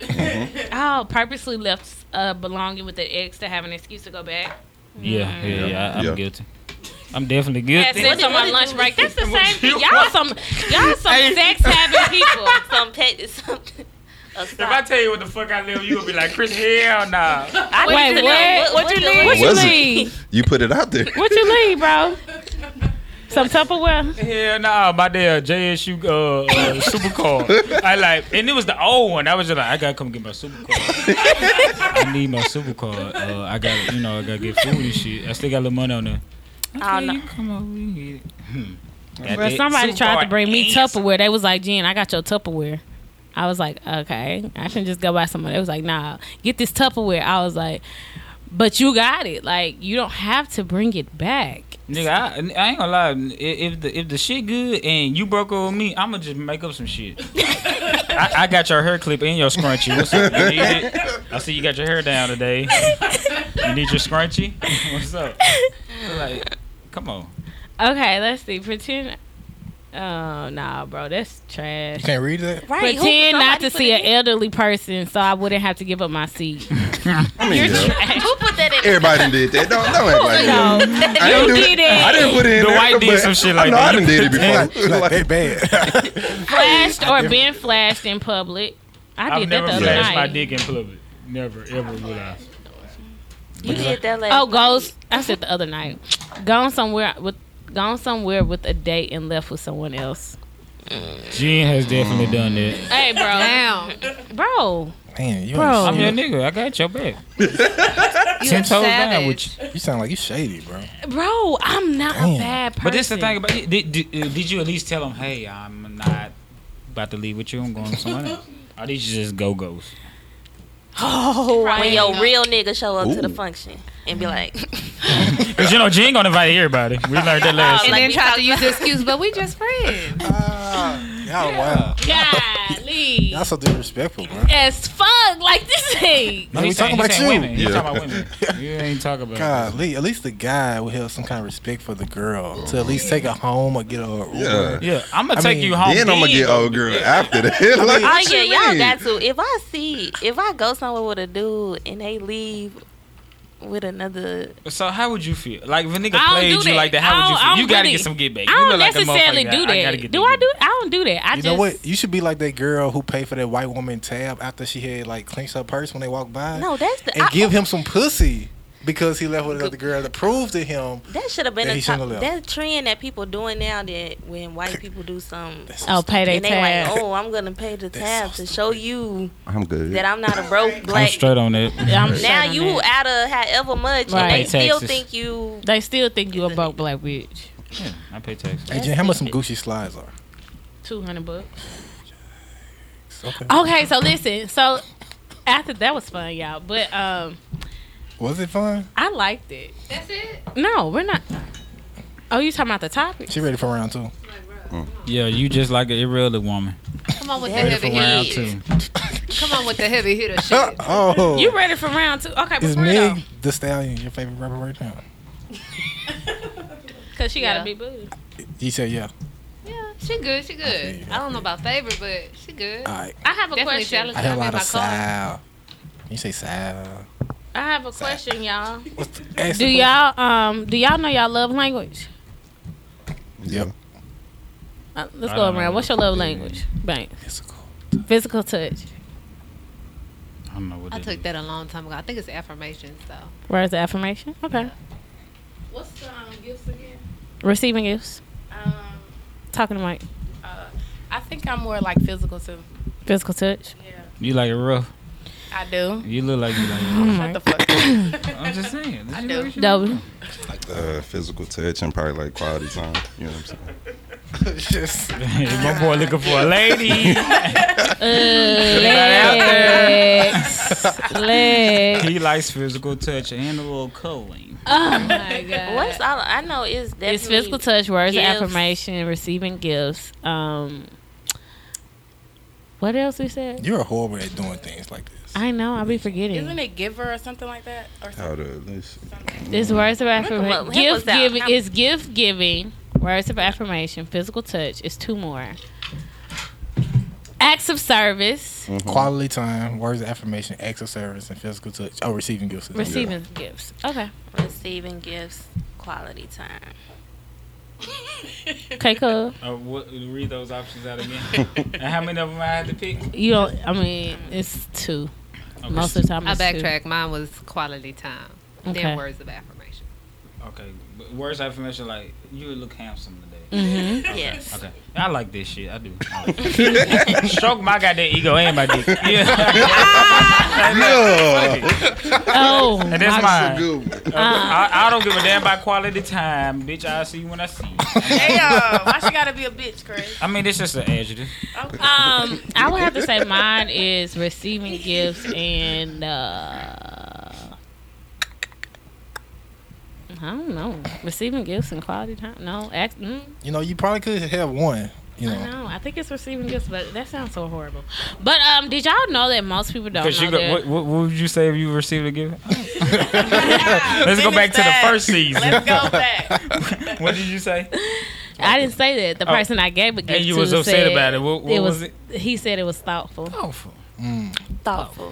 Oh, purposely left uh, belonging with the ex to have an excuse to go back. Yeah, yeah, yeah. I, am Yeah. guilty. I'm definitely Had guilty. sex on my did- lunch break. That's the what same you thing. Y'all want? some y'all some Hey. sex having people. Some pet is something. a If I sock. tell you what the fuck I live, you gonna be like, Chris, hell nah. I Wait, need to know What, what, what? What you the- need? What you Was it? need? You put it out there. What you need, bro? Some Tupperware. Hell nah, my damn JSU uh, uh, supercar. I like, and it was the old one. I was just like, I gotta come get my supercar. I need my supercar. Uh, I got, you know, I gotta get food and shit. I still got a little money on there. Oh, no. You come over, we can get it. Hmm. Bro, Got that somebody tried to Supercar bring me ass. Tupperware. They was like, Jen, I got your Tupperware. I was like, okay, I can just go buy someone. They was like, nah, get this Tupperware. I was like, but you got it. Like, you don't have to bring it back. Nigga, I, I ain't gonna lie. i- If the if the shit good and you broke up with me, I'ma just make up some shit. I, I got your hair clip and your scrunchie. What's up? You need it? I see you got your hair down today. You need your scrunchie? What's up? Like, come on. Okay, let's see. Pretend. Oh, nah, bro, that's trash. You can't read that? Right, who- Pretend not somebody to put see it an elderly person so I wouldn't have to give up my seat. I mean, yeah. in- Who put that in? Everybody done did that. Don't, don't act like that. No. I didn't You do did it. it. I didn't put it in The there, white did but some I shit like know that. I done did it Like, before. like Like, they bad. flashed or been flashed in public. I I've did that never the other flashed my night. dick in public. Never, ever would I. You did that last. Oh, goes. I said the other night. Gone somewhere with gone somewhere with a date and left with someone else. Jen has definitely done that. Hey, bro, Damn. bro. Damn, you, Bro. I'm ain't your nigga. I got your back. You Ten toes down savage. with you. shit. you sound like you shady, bro. Bro, I'm not a Damn. bad person. But this the thing about did, did, did, you at least tell them, hey, I'm not about to leave with you. I'm going with someone else. Or did you just go goes? Oh, when I- your real nigga show up to the Ooh. function and be like, Cause you know Jen gonna invite everybody. We learned that last. And Like then we tried talked to use the excuse, but we just friends. y'all wild. golly, Y'all so disrespectful, bro. as fuck. Like this ain't. No, we talking about you. Women. He Yeah. talking about women. You ain't talking about. God, Lee, at least the guy would have some kind of respect for the girl to at least take her home or get her. a Uber. Yeah. Yeah, I'm gonna I take mean, you home. Then I'm gonna get old girl after that. like, oh what yeah, you y'all mean? got to. If I see, if I go somewhere with a dude and they leave with another, So how would you feel? Like if a nigga I don't played do you that. like that, I how would you don't- I feel? You don't gotta really- get some get back. I you don't look like a necessarily motherfucker. do I- I that. gotta get do that I get do? back. I don't do that. I You just know what? You should be like that girl who paid for that white woman tab after she had like clenched her purse when they walked by. no, that's the. and I, give him some pussy because he left with another girl to prove to him. that should have been that a he top, shouldn't have that trend that people doing now. That when white people do something, Oh, payday and they like, tab. oh, I'm gonna pay the tab to show you I'm good. that I'm not a broke I'm black. straight on it. I'm straight Now on you that. out of however much, Right. and they Pay still taxes. think you. They still think you a broke black bitch. Yeah, I pay taxes. Hey, Jen, how much some Gucci slides are? Two hundred bucks. Okay. Okay, so listen. So after that was fun, y'all. But um, Was it fun? I liked it. That's it. No, we're not. Oh, you talking about the topic? She ready for round two. Yeah, you just like an irrelevant woman. Come on with Ready the For heavy round hitter. two. Come on with the heavy hitter shit. Oh, You ready for round two? Okay, is before though, Meg the Stallion your favorite rapper right now? cause she gotta Yeah. be booed. You said yeah. Yeah, she good. She good. I don't know about favorite, but she good. All right. I have a Definitely question. jealous. I hear a I'm in lot my of car. sound. You say sound. I have a question, y'all. What's the- ask Do the y'all um do y'all know y'all love language? Yep. Uh, let's I go don't know. around. What's your love language? Bang. question. It's cool. Physical touch. I don't know what. I that took is. that a long time ago. I think it's affirmations Mm, though. Where's the affirmation? Okay. What's the um, gifts again? Receiving gifts. Um, Talking to Mike. uh, I think I'm more like physical too. Physical touch. You like it rough. I do. You look like you Mm-hmm. like. Shut the fuck up. I'm just saying. I This do. W. generation- Uh, physical touch and probably like quality time. You know what I'm saying? Just My boy looking for a lady. Legs. Legs. he likes physical touch and a little cuddling. Oh my god. What's all I know is definitely it's physical touch, words of gifts. affirmation, receiving gifts. Um, what else we said? you're horrible at doing things like this. I know I'll be Isn't forgetting. it giver or something like that? Or How something? to let's It's words of Look 'em up. affirmation. Help Gift us out. giving Help- is gift giving. Words of affirmation, physical touch is two more. Acts of service, Mm-hmm. Quality time, words of affirmation, acts of service, and physical touch. Oh, receiving gifts. is- receiving gifts. Okay. receiving gifts, quality time. Okay, cool. Uh, what, read those options out again. and how many of them I had to pick? You don't. I mean, it's two. Okay. Most of the time, I it's two. backtrack. Mine was quality time. Okay. Then words of affirmation. Okay. but Words of affirmation like you would look handsome today. Mhm. Yes. Okay. I like this shit. I do. I like it. Stroke my goddamn ego and my dick. Yeah. Oh, and that's my- mine. good one. I, I don't give a damn about quality time, bitch. I see you when I see you. Hey, yo, why she gotta be a bitch, Chris? I mean, it's just an adjective. Um, I would have to say mine is receiving gifts and uh, I don't know, receiving gifts and quality time. No, act, mm, You know, you probably could have one. You I know, know. I think it's receiving gifts, but that sounds so horrible. But um, did y'all know that most people don't Because know you go, their- what, what, what would you say if you received a gift? Let's go Finish back to the that. first season. Let's go back. what did you say? I didn't say that. The Oh. person I gave a gift And you to was upset said about it. What, what was, was, it? He said it was thoughtful. Oh, Thoughtful.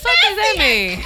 What does that mean?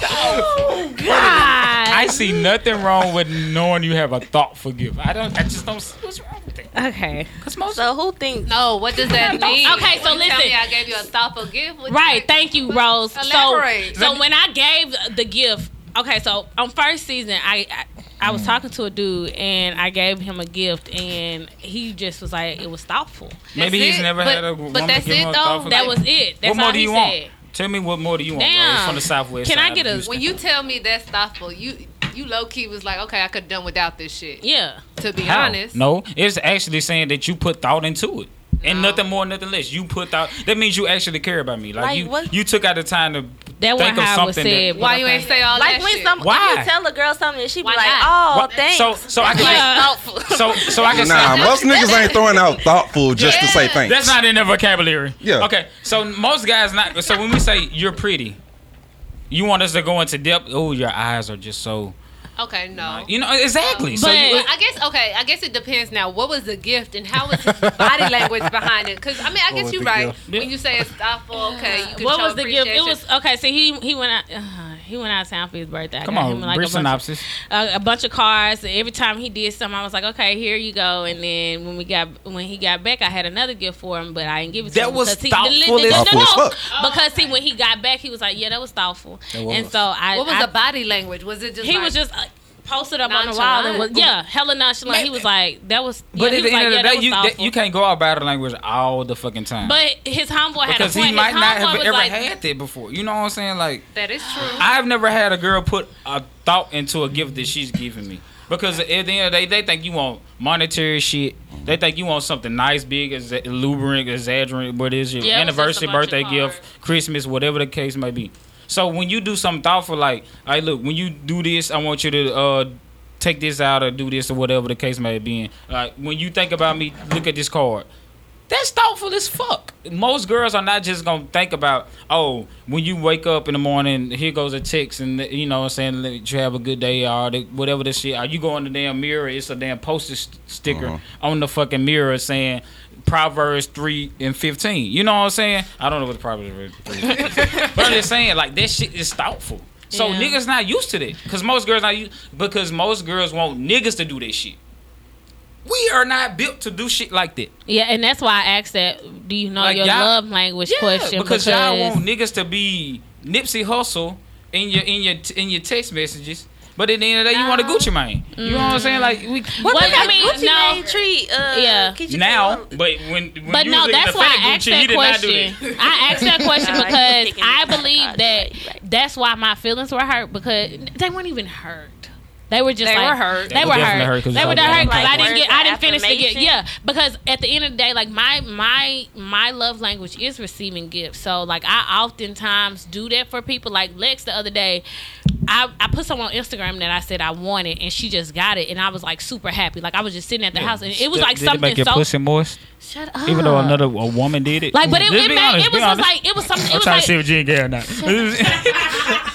God. I see nothing wrong with knowing you have a thoughtful gift. I don't. I just don't. see What's wrong with that? Okay. Because most. So who thinks No, what does that mean? Okay, so You tell me listen. I gave you a thoughtful gift. What you Right. think? Thank you, Rose. Elaborate. So, so when I gave the gift, okay. So on first season, I. I I Mm. was talking to a dude and I gave him a gift and he just was like it was thoughtful. maybe that's he's it, never but- had a but woman that's give him it, though. a thoughtful That gift. was it. That's what more all do he you said. want? Tell me what more do you want? Damn. Rose, from the southwest. Can I side get of a- Houston. When you tell me that's thoughtful, you you low key was like, okay, I could have done without this shit. Yeah. To be How? honest, No, it's actually saying that you put thought into it. And No. nothing more, nothing less. You put thought. That means you actually care about me. Like, Like you, what- you took out the time to That think wasn't of how it was something. said. that, Why you ain't say all like that when shit? some Why? you tell a girl something and she be Why like, not? "Oh, What- thanks." So, so I can. That's Yeah. oh, thoughtful. So, so I can. Nah, say, most niggas ain't throwing out thoughtful just to say Yeah. thanks. that's not in their vocabulary. Yeah. Okay. So most guys not. So when we say you're pretty, you want us to go into depth. Oh, your eyes are just so. Okay, no. You know exactly. so But- you, I guess okay. I guess it depends now. What was the gift and how was his body language behind it? Because I mean, I guess was you're the right. When you say it's thoughtful, okay. You can What show was the gift? It appreciation. was okay. So he he went out uh, he went out of town for his birthday. I come got on, him, like, brief a bunch of- synopsis. a, a bunch of cars. And every time he did something, I was like, okay, here you go. And then when we got when he got back, I had another gift for him, but I didn't give it to That him. was because he- thoughtful as Thoughtful as fuck. Because see, when he got back, he was like, yeah, that was thoughtful. was. And so I, What was I- the body language? Was it just he like, was just. Uh, Posted up on the wall and was Nonchalant? yeah, hella nonchalant. He was like, "That was." Yeah, But he was at the like, end of the yeah, day, that was you that, thoughtful. you can't go out battle language all the fucking time. But his homeboy had a because point. he might his not homeboy have was ever like, had that before. You know what I'm saying? Like that is true. I've never had a girl put a thought into a gift that she's giving me. Because at the end of the day, they think you want monetary shit. They think you want something nice, big, exa- exuberant, exaggerated, what is your Yeah, it was just a anniversary, bunch of birthday gift, Christmas, whatever the case may be. So when you do something thoughtful, like, hey, look, when you do this, I want you to uh, take this out or do this or whatever the case may be. And, like, when you think about me, look at this card. That's thoughtful as fuck. Most girls are not just gonna think about, oh, when you wake up in the morning, here goes a text, and you know, what I'm saying let you have a good day or the- whatever the shit. Are you going the damn mirror? It's a damn postage st- sticker on the fucking mirror saying Proverbs three and fifteen. You know what I'm saying? I don't know what the Proverbs, three and 15 is. but I'm just saying like that shit is thoughtful. So Yeah. niggas not used to that because most girls not used because most girls want niggas to do that shit. We are not built to do shit like that. "Yeah," and that's why I asked that. Do you know Like, your y'all- love language question? Because, y'all want niggas to be Nipsey Hustle in your in your in your text messages. But at the end of the day, you want a Gucci Mane. You know what I'm saying? Like we. What Well, I mean, Gucci no. Mane treat uh, Yeah. Keisha now, Cole? but when, when But you no, was that's the why fat I asked Gucci, he that did not do question. that. I asked that question Nah, he's because sticking I with that. believe that that's why my feelings were hurt because they weren't even hurt. They were just They like, were hurt. They, They were were definitely hurt hurt. 'cause they it's were all hurt about because I didn't affirmation. get. I didn't finish the gift. Affirmation. Yeah, because at the end of the day, like my my my love language is receiving gifts. So like I oftentimes do that for people. Like Lex the other day, I, I put someone on Instagram that I said I wanted, and she just got it, and I was like super happy. Like I was just sitting at the house, and it was like did something It make your so. pussy moist, Shut up. even though another a woman did it. Like, but it, Just it, be made, honest, it be was just honest. like it was something. It I'm was trying to see like if Jean Gay or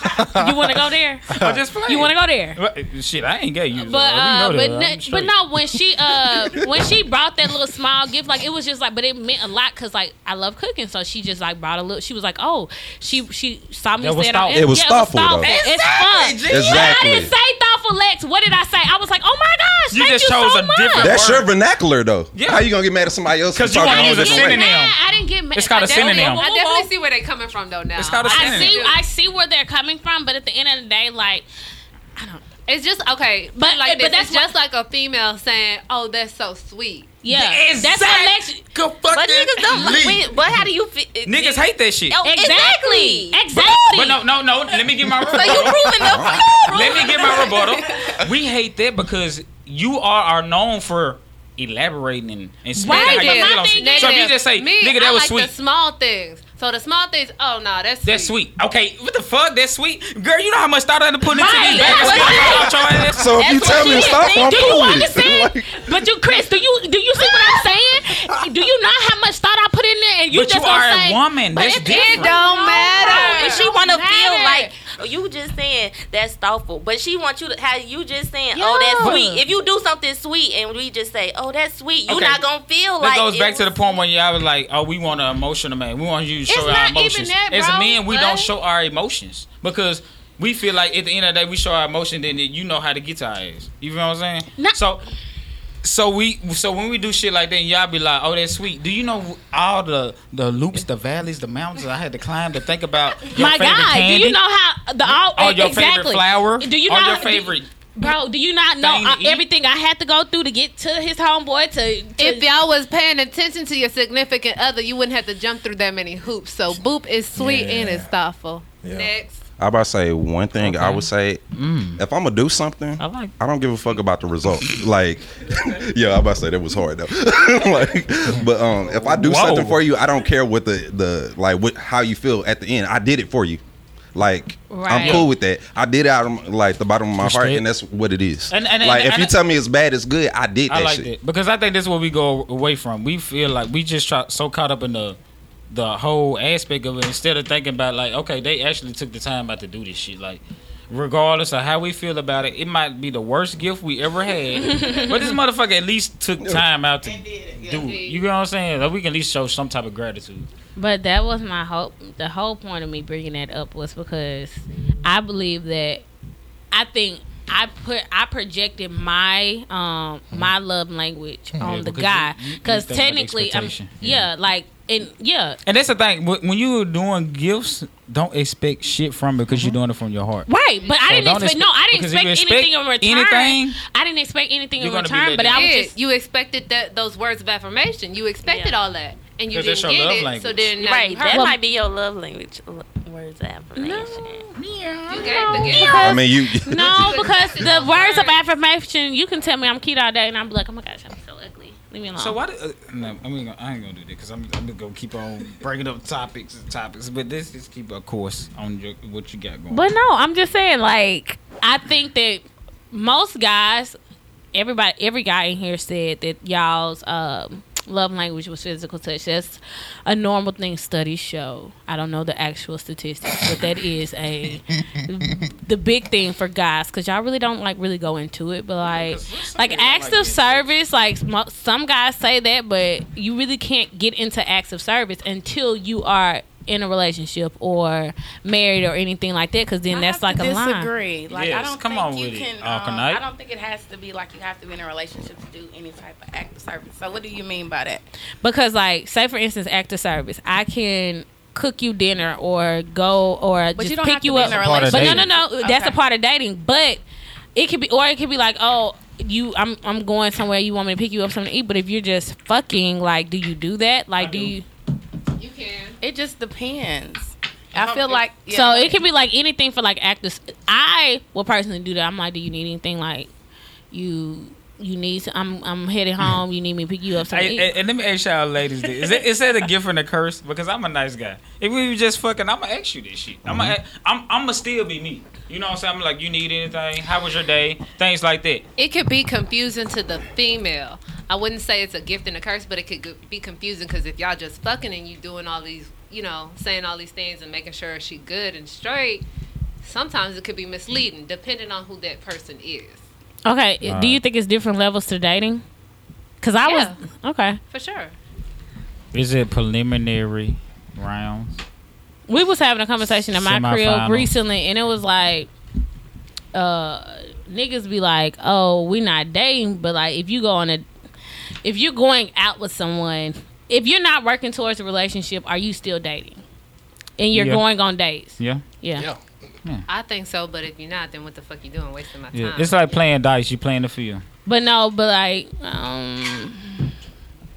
not. you want to go there. I just played. You want to go there. Well, Shit, I ain't gay. You, so But uh, we but know that. no, but I'm straight. no, when she uh when she brought that little small gift, like it was just like, but it meant a lot because like I love cooking, so she just like brought a little. She was like, oh, she she saw me That was stand on. thoughtful. It was thoughtful, though. It's fun. Exactly. I didn't say thoughtful, Lex. What did I say? I was like, oh my gosh, You thank just you chose so a much. different That's Word. your vernacular though. Yeah. How you gonna get mad at somebody else? 'Cause for you talking wanna all use a this Get language? synonym. mad. I didn't get mad. It's called a I definitely- synonym. I definitely see where they're coming from though. Now It's called a I see. synonym. I see where they're coming from, but at the end of the day, like I don't. It's just okay, But- but like but but that's that's just like a female saying, "Oh, that's so sweet." Yeah, that's what Lex. But niggas don't. Wait, but how do you? Fi- Niggas hate that shit. Oh, Exactly. exactly. Exactly. But no, no, no. Let me get my So you rebuttal. proving the Let me get my rebuttal. We hate that because you are are known for elaborating and, and spitting Right, how you but feel my on thing shit. So if you Negative. just say, Me, "Nigga, I that was like sweet." The small things. So the small things. Oh no, that's sweet. That's sweet. Okay, what the fuck? That's sweet, girl. You know how much thought I done put into Right. these bags. Out your ass. So if you That's what tell me to she stop, I'm Do you cool with understand? it. Like, but you, Chris, do you do you see what I'm saying? Do you not how much thought I put in there? And you but just you are gonna say, a woman. That's it- different. It don't matter. And she want to Matter. feel like oh, you just saying that's thoughtful, but she wants you to how you just saying oh Yeah. that's sweet. If you do something sweet and we just say oh that's sweet, you Okay. not gonna feel That like goes it back to the was- point when y'all was like, "Oh, we want an emotional man. We want you to show It's our not even emotions." that, As bro. men, we don't What? show our emotions because we feel like at the end of the day, we show our emotion, then you know how to get to our ass. You feel what I'm saying? No. So, so we, so when we do shit like that, y'all be like, "Oh, that's sweet." Do you know all the the loops, the valleys, the mountains I had to climb to think about? Your my favorite God, candy? do you know how the all Or your exactly. favorite flower? Do you or know your do- favorite? bro? Do you not know thing to uh, eat? everything I had to go through to get to his homeboy to? to If y'all was paying attention to your significant other, you wouldn't have to jump through that many hoops. So boop is sweet and it's thoughtful. Yeah. Next. I about to say one thing. I would say if I'm gonna do something, I like. I don't give a fuck about the result. Like, yeah, I about to say that was hard though. like, but um, if I do Whoa. something for you, I don't care what the the like what how you feel at the end. I did it for you. Like, I'm Right. cool with that. I did it out of like the bottom of my heart, Respect. and that's what it is. And- and- like, and- if and- you tell me it's bad, it's good. I did that I like shit. that because I think that's what we go away from. We feel like we just try, so caught up in the the whole aspect of it instead of thinking about like, okay, they actually took the time out to do this shit. Like, regardless of how we feel about it, it might be the worst gift we ever had, but this motherfucker at least took time out to do it. You know what I'm saying? Like, we can at least show some type of gratitude. But that was my hope. The whole point of me bringing that up was because I believe that I think I put I projected my um my love language on the because guy you- you- you because think about technically I'm expectation. yeah, like and yeah And that's the thing wh- when you are doing gifts, don't expect shit from it because you're doing it from your heart. right. But Mm-hmm. I So didn't don't expect expect- no I didn't because if expect, you anything in expect return. anything, I didn't expect anything in you're gonna be return. let But I down. was Yeah, just you expected that those words of affirmation. You expected Yeah. all that, and you 'Cause that's didn't your get love it. So language. then, now right. you That hurt. might be your love language. l- Words of affirmation. You gave the gift. I mean, you. No, because the words of affirmation, you can tell me I'm cute all day, and I'm like, oh my gosh, I'm so ugly. Leave me alone. So why? Did, uh, no, I mean I ain't gonna do that because I'm, I'm gonna keep on bringing up topics and topics. But this just keep a course on your, what you got going. But no, I'm just saying, like, I think that most guys, everybody, every guy in here said that y'all's um, love language was physical touch. That's a normal thing studies show. I don't know the actual statistics, but that is a the big thing for guys because y'all really don't like really go into it. But like, like acts of service, like mo- some guys say that, but you really can't get into acts of service until you are in a relationship or married or anything like that because then I that's have like a to line. disagree. Like I Yes, don't come think on you with it, can. Uncle um, Knight. I don't think it has to be like you have to be in a relationship to do any type of act of service. So what do you mean by that? Because like, say for instance, act of service, I can cook you dinner or go or But just you don't pick have to you be up. in a Part of relationship. But no, no, dating. no. That's a Okay. part of dating. But it could be, or it could be like, oh, you, I'm, I'm going somewhere. You want me to pick you up something to eat? But if you're just fucking, like, do you do that? Like, do, do. you? You can. It just depends. I feel like yeah. So it could be like anything for like actors. I will personally do that. I'm like, do you need anything? Like, you, you need. Some, I'm, I'm headed home. You need me to pick you up something. to Hey, eat? hey, and let me ask y'all ladies this. Is, it, is that a gift and a curse? Because I'm a nice guy. If we were just fucking, I'm going to ask you this shit. I'm going to I'm, I'm gonna still be me. You know what I'm saying? I'm like, you need anything? How was your day? Things like that. It could be confusing to the female. I wouldn't say it's a gift and a curse, but it could g- be confusing because if y'all just fucking and you doing all these, you know, saying all these things and making sure she good and straight, sometimes it could be misleading depending on who that person is. Okay. Uh, do you think it's different levels to dating? Cause I Yeah. was okay. For sure. Is it preliminary rounds? We was having a conversation in my crib Semifinal. recently, and it was like, uh, niggas be like, "Oh, we not dating," but like if you go on a, if you're going out with someone, if you're not working towards a relationship, are you still dating? And you're Yeah. going on dates. Yeah. Yeah. Yeah. I think so, but if you're not, then what the fuck you doing? Wasting my time. Yeah. It's like playing dice. You playing the field. But no, but like, um,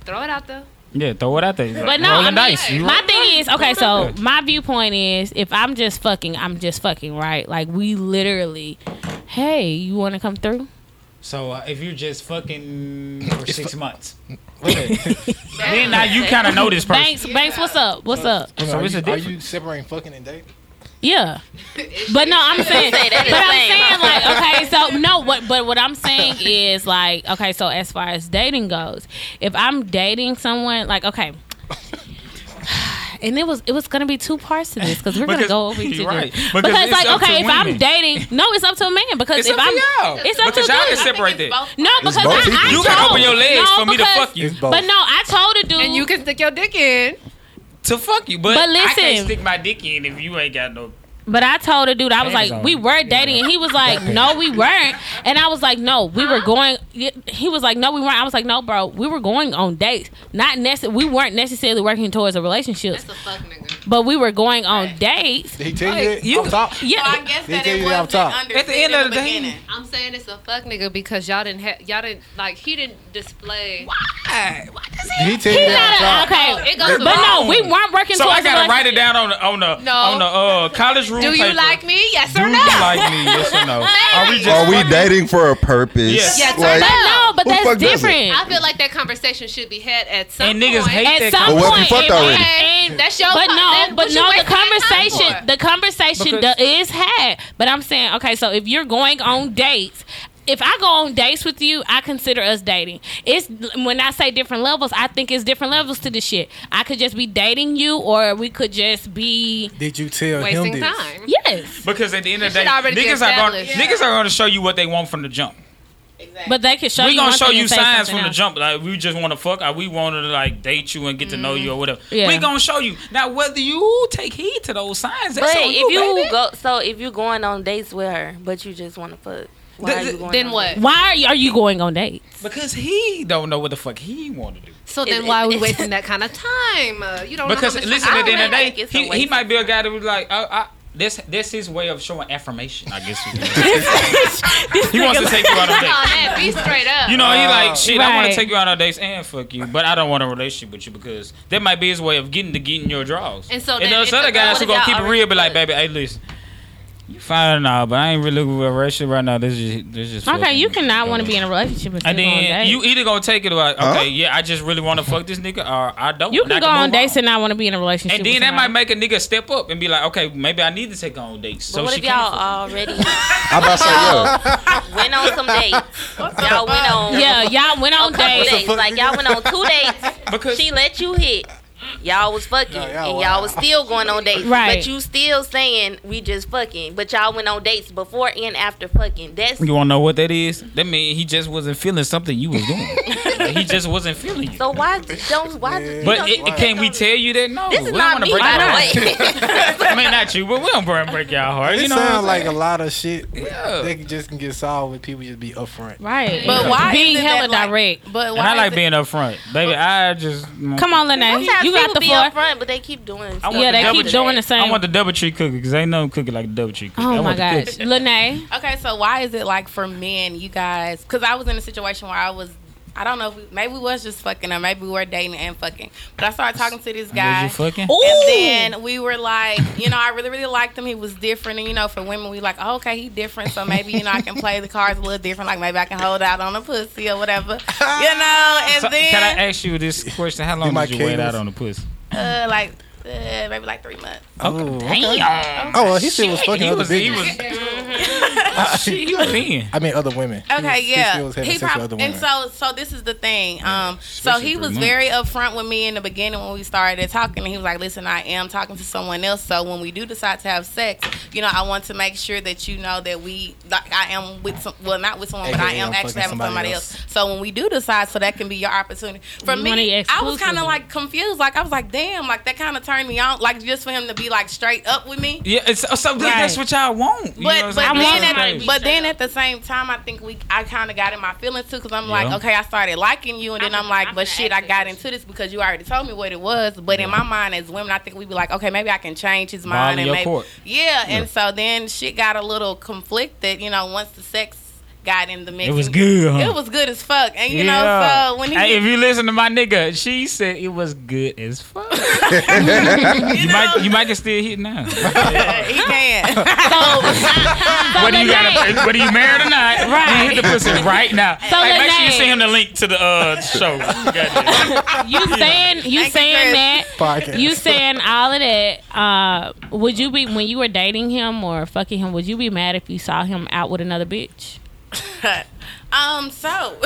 Throw it out there. Yeah, throw it out there. but no, Rolling I mean, dice. You my thing is okay. So dice. my viewpoint is, if I'm just fucking, I'm just fucking, right? Like we literally, hey, you want to come through? So uh, if you're just fucking for six months, Wait, then now you kind of know this person. Banks, Banks, what's up? What's up? so So are, it's you, a are different- you separating fucking and dating? Yeah. But no, I'm saying, but I'm saying like, okay, so no, what, but what I'm saying is like, okay, so as far as dating goes, if I'm dating someone, like, okay. And it was it was gonna be two parts to this because we're gonna Because- go over you're to right. this. Because because it's like up to okay if I'm women. dating no it's up to a man because It's if up to I'm y'all. it's up Because to y'all a can dude. separate that. no because I, both people. I You can told- open your legs no, for me to because- fuck you. It's both. But no, I told a dude And you can stick your dick in. to fuck you, but, But I can't listen. stick my dick in if you ain't got no. But I told the dude, I was Panties like, on. we were dating. And he was like, no, we weren't. And I was like, no, we were going. He was like, no, we weren't. I was like, no, bro, we were going on dates. Not necessarily, we weren't necessarily working towards a relationship, That's a fuck nigga. but we were going on dates. Did he tell you Hey, that? you- I'm top. Yeah. I guess They that tell it you that off wasn't top. understood At the end in of the day- beginning. I'm saying it's a fuck nigga because y'all didn't have y'all didn't like he didn't display. Did he tell you He that? not a, off top? Oh, okay. it goes But no, wrong. we weren't working So I towards gotta a write it down on the on the No. on the uh, college room. Do you paper. like me? Yes Do or you no? like me? Yes or no? Are we just? Are we fucking? dating for a purpose? Yes. Yes, Like, But no, but Who the that's fuck does it? different. I feel like that conversation should be had at some And niggas point. hate At that some point, But what if you fucked already? Hey, that's your. But fault. no, That- but what no, you the wasting my time conversation, for? the conversation Because- do- is had. But I'm saying, okay, so if you're going on dates, if I go on dates with you, I consider us dating. It's when I say different levels, I think it's different levels to this shit. I could just be dating you, or we could just be Did you tell him wasting this? time. yes. Because at the end of the It day, should already be niggas are going established. niggas are going to show you what they want from the jump. But they could show we you. gonna one show thing you and say signs something from the else. jump. Like we just want to fuck. Or we want to like date you and get to know you or whatever. Yeah. We gonna show you now whether you take heed to those signs. That's But on if you baby. go, so if you going on dates with her, but you just want to fuck, why Th- are you th- going Then on what? dates? Why are you, are you going on dates? because he don't know what the fuck he want to do. So It- then why are we it- wasting that kind of time? Uh, you don't Because know how much listen, time at the end of I the already day, think it's a he, he waste might be a guy that would be like, oh, I, this this his way of showing affirmation. I guess you could say. he wants to take you out on spent on dates. that. Oh, Be straight up. You know, he like shit. I want Oh. Right. to take you out on dates and fuck you, but I don't want a relationship with you because that might be his way of getting to getting your draws. And so and then those it's a- other guys what who if gonna y'all keep it already real, be like, fucked? baby, hey, listen, you fine and all, but I ain't really looking for a relationship right now. This is this is Okay, fucking you cannot want to going be in a relationship and still and go on then dates. you You, either gonna take it like, okay, Huh? yeah, I just really want to fuck this nigga, or I don't. and can I go on move dates and not want to be in a relationship. And then with that might somebody. make a nigga step up and be like, okay, maybe I need to take her on dates. But So what she if can y'all fuck. already I about to say, yo, went on some dates? Y'all went on yeah, y'all went a on couple dates. dates. Like y'all went on two dates. because she let you hit. Y'all was fucking, No, y'all and wild. y'all was still going on dates. Right. But you still saying we just fucking. But y'all went on dates before and after fucking. That's you want to know what that is? That mean he just wasn't feeling something you was doing. he just wasn't feeling you. so why don't why? Yeah. you but don't it, just can we go- tell you that? No, This we is don't not want me, to break your by heart. the way. I mean, not you, but we don't burn break y'all heart. It you know, what I'm sounds like saying? a lot of shit Yeah. that can- just can get solved when people just be upfront. Right. But Yeah. why being is it hella that, like- direct? but and why I is like it- being upfront, baby. I just Come on, Lene. Sometimes You out people the be floor. up front, but they keep doing. I want yeah, the they double keep doing the same. I want the double tree cookie because ain't no cookie like the double tree cookie. I oh my want the gosh, cookie. Lene. Okay, so why is it like for men, you guys? Because I was in a situation where I was, I don't know if we, maybe we was just fucking or maybe we were dating and fucking. But I started talking to this Was you guy. fucking? And then we were like, you know, I really, really liked him. He was different. And, you know, for women, we like, oh, okay, he different. So maybe, you know, I can play the cards a little different. Like maybe I can hold out on a pussy or whatever. You know, and So, then, can I ask you this question? How long my did you wait kings. out on the pussy? uh, like, uh, maybe like three months. Oh, okay. Oh, well, he still was fucking He other was, he bitches. was, he was in. I mean, other women. He was- Okay, he yeah. still was having He sex with prob- other and women. so so this is the thing. Um so especially he for was months. very upfront with me in the beginning when we started talking and he was like, "Listen, I am talking to someone else, so when we do decide to have sex, you know, I want to make sure that you know that we like I am with some well, not with someone, but I AKA, am I'm actually fucking having somebody somebody else. else. So when we do decide, so that can be your opportunity. For You want me, it I was exclusively. kind of like confused. Like I was like, "Damn, like that kind of turned me on like just for him to be like straight up with me." Yeah, it's, so that's what y'all want. You know But what but I'm saying? then, That's at, crazy. but then at the same time, I think we I kind of got in my feelings too because I'm Yeah. like, okay, I started liking you, and then I'm I'm, like, gonna- I'm but gonna shit, ask I got into this because you already told me what it was. But in my mind, as women, I think we be like, okay, maybe I can change his Ball in mind and your maybe court. yeah. And so then shit got a little conflicted, you know, once the sex got in the mix. it was And good, huh? It was good as fuck, and you know, so when he hey, if you listen to my nigga, she said it was good as fuck. you, might you might can still hit now. he can. Whether you Lene. got a, whether you married or not, right? You hit the pussy right now. So hey, make sure you Lene. send him the link to the uh, show. Goddamn. You saying you Thank you, saying Chris. that Podcast. you saying all of that. Uh, would you be when you were dating him or fucking him? Would you be mad if you saw him out with another bitch? um, so.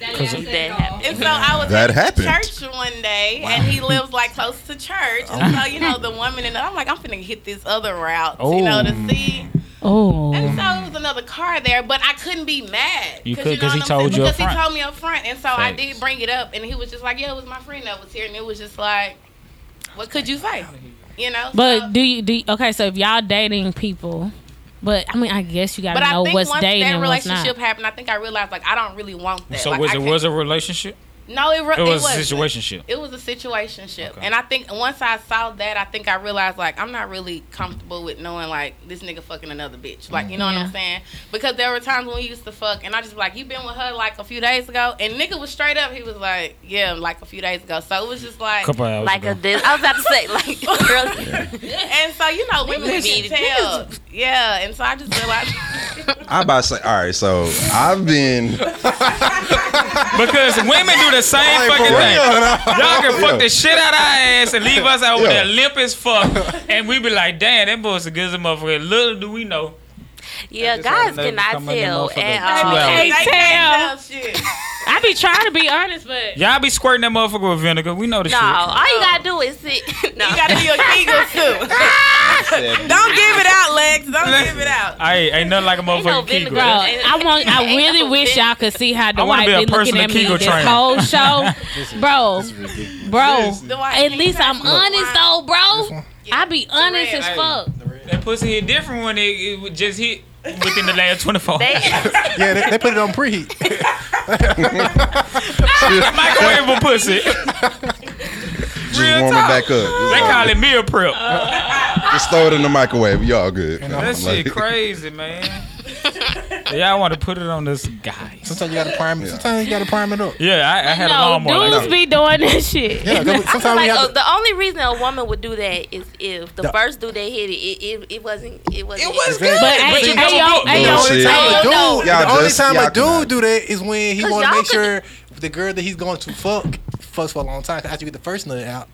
that happened. And so I was That at happened. church one day, and he lives like close to church. And so you know the woman, and I'm like, I'm finna hit this other route, you know, Oh. to see. And Oh, so it was another car there, but I couldn't be mad. You could, 'cause he know what I'm saying? told you up Because he front. told me up front, and so I Thanks. did bring it up, and he was just like, "Yeah, it was my friend that was here," and it was just like, "What could you say?" You know. but so- do you do you- okay? So if y'all dating people, but I mean, I guess you gotta but I know think what's once dating that and what's relationship not. happened, I think I realized like I don't really want that. So Like, was I it can't- was a relationship? No, it, re- It was a wasn't. situationship. It was a situationship, Okay. and I think once I saw that, I think I realized like I'm not really comfortable with knowing like this nigga fucking another bitch. Like you know what Yeah. I'm saying? Because there were times when we used to fuck, and I just be like you been with her like a few days ago, and nigga was straight up. He was like, yeah, like a few days ago. So it was just like, Couple hours Like ago. a this. I was about to say like girl. and so you know women we can tell, yeah. And so I just realized. I'm about to say, all right, so I've been. Because women do the same Like, for fucking real, thing. nah. Y'all can fuck Yeah. the shit out our ass and leave us out with Yeah. there limp as fuck, and we be like, "Damn, that bullshit good as a motherfucker." Little do we know, Yeah, just guys had a nigga cannot come in the tell motherfucker at two all. hours. They Hey, can't tell shit. I be trying to be honest, but y'all be squirting that motherfucker with vinegar. We know the No, shit. all you gotta do is sit. No, You gotta be a Kegel too. Don't give it out, Lex. Don't give it out. I ain't, ain't nothing like a motherfucking no Kegel. bro, I want. I Ain't really no wish business. y'all could see how I wanna Dwight be a be looking personal at me Kegel this trainer. whole show, bro, bro. Dwight, At can you least pass I'm me the honest wine? though, bro. I be honest red. as fuck. That pussy hit different when it, it would just hit within the last 24 they, hours. Yeah, they, they put it on preheat. Microwave pussy. They Just Real warm it talk. back up. call it meal prep. Just throw it in the microwave. Y'all good. that Uh, I'm like- shit crazy, man. y'all want to put it on this guy. Sometimes you gotta prime. Yeah. Sometimes you gotta prime it up. Yeah, I, I had a No, lawnmower. dudes Like be doing this shit. Yeah, that- sometimes we like have uh, to- the only reason a woman would do that is if the, The- first dude they hit it, it, it, it wasn't, it wasn't. It was Exactly. good. But But hey, you hey, double yo, booked. hey, yo, Bullshit. hey, Y'all Dude, just- the only time y'all a can- dude do that is when he Cause want to y'all make could- sure the girl that he's going to fuck fucks for a long time. 'Cause After you get the first nut out,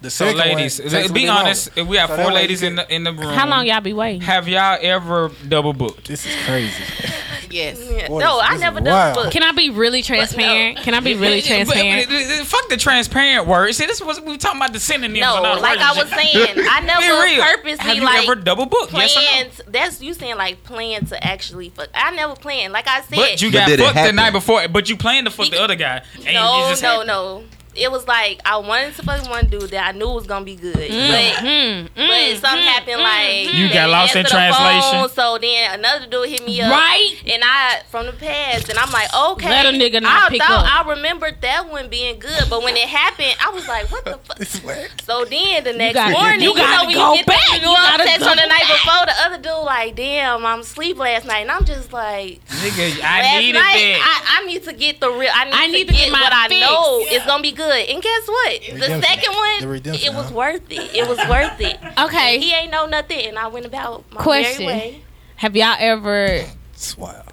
the So, second ladies, one, takes a little be bit longer. honest. We have So that four way you ladies in can- the in the room. How long y'all be waiting? Have y'all ever double booked? This is crazy. Yes. Yeah. Boy, No, this- I this never is done wild. book. Can I be really transparent? Can I be really Yeah, yeah, but- transparent? but- but- Fuck the transparent word. See, this was we were talking about the synonyms. No, and all the like I words. was saying, I never Be real. purposely Have you like ever double booked? planned. Yes or no? That's you saying like plan to actually fuck. I never planned. Like I said, But you But got did it fucked the happen? night before, but you planned to fuck the other guy. and it no, just no, happened. no. it was like I wanted to fuck one dude that I knew was gonna be good, but Mm, but mm, something mm, happened mm. like Mm-hmm. You they got lost in answered the translation. phone, so then another dude hit me up, Right? And I from the past, and I'm like, okay, Let a nigga not I pick thought up. I remembered that one being good, but when it happened, I was like, what the fuck? It's whack. So then the next gotta- morning, you you, gotta know, when go you get the- back. you You up gotta text on the double night before, the other dude like, damn, I'm asleep last night, and I'm just like, Nigga, I last needed night, that. I, I need to get the real. I need, I need to, get, my what I fix. know is gonna be good. And guess what? Redemption. The second one, The redemption, it was huh? worth it. It was worth it. Okay. He ain't know nothing, and I went about my Question. Question. merry way. Have y'all ever It's wild.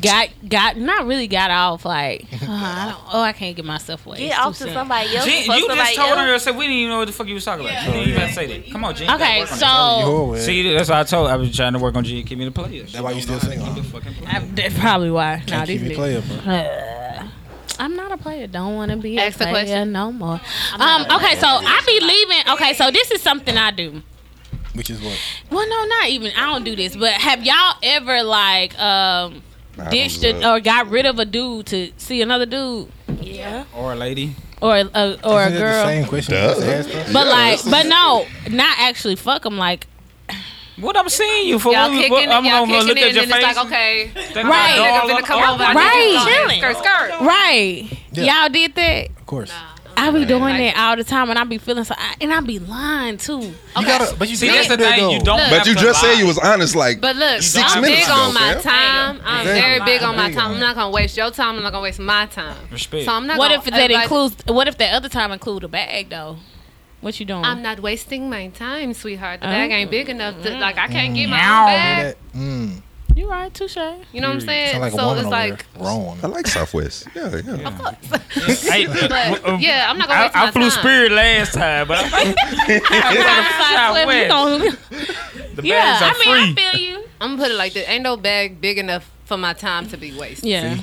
got got not really got off like "Uh, I don't, oh I can't get myself away. Get It's too off to soon." somebody else. Jen, fuck you somebody just told else. her yourself we didn't even know what the fuck you was talking about. You didn't even have to say that. Come on, Jen. you gotta Okay, work on so yourself. You I, old, man. Oh, See, that's what I told. I was trying to work on Jen. Keep me the player. That's why you still single. huh? that's probably why. Nah, Can't keep these me player, niggas- bro. Uh, I'm not a player. Don't want to be Ask a the player question. no more. Um. Okay. So I be leaving. Okay. So this is something I do. Which is what? Well, no, not even. I don't do this. But have y'all ever like um Nah, I dished don't a, love- or got rid of a dude to see another dude Yeah. Or a lady. or a, or a Isn't it The girl? same question. Duh. you just asked us? But Yeah, like, that's but no, not actually fuck them. Like, What I'm seeing you for? Y'all what- kicking what- it, I'm y'all gonna kicking look it, at and your then face. it's like, okay, think Right. about nigga dog, finna come I'm- over. I Right. just gonna- Chilling. Skirt, skirt. right? Yeah. Y'all did that. Of course. I be doing Like- that all the time, and I be feeling so, I, and I be lying too. You gotta, but you See, gotta that's the do that, thing. You though. don't. But you have to just lie. said you was honest, like But look, Six I'm minutes big ago, on my fam. time. I'm Exactly. very big on my There you time. go. I'm not gonna waste your time. I'm not gonna waste my time. Respect. So I'm not. What gonna, if that like, includes? What if that other time include a bag though? What you doing? I'm not wasting my time, sweetheart. The Oh. bag ain't big enough to like. I can't get my Meow. own bag. That- Mm, you right, touche. You know what I'm saying? sound like a so woman it's over like, there. Wrong. I like Southwest. Yeah, yeah. Hey, but uh, yeah, I'm not gonna I, waste my I flew time. Spirit last time, but I'm Five, Southwest. gonna, the yeah, bags are I mean, free. I feel you. I'm gonna put it like this: ain't no bag big enough for my time to be wasted. Yeah.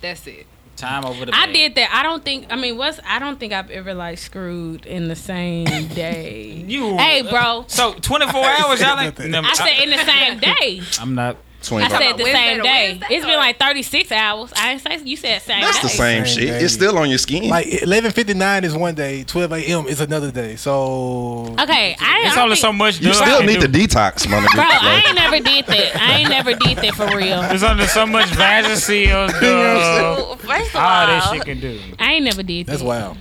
That's it. Time over the. I bag. did that. I don't think. I mean, what's? I don't think I've ever like screwed in the same day. You. hey, bro. So 24 hours, y'all ain't. nothing. No, I said in the same day. I'm not. I Twenty. said the Wednesday same to day. Wednesday, It's been or- like 36 hours. I didn't say you said same That's day. the same Same shit. day. It's still on your skin. Like 11:59 is one day, 12 a.m. is another day. So Okay, I It's I only think- so much. you Doug still can need to do. detox, my Bro, I nigga. ain't never did that. I ain't never did that for real. There's under so much Vagisil, Doug. Well, First of All that all, shit can do. I ain't never did that's that. wild.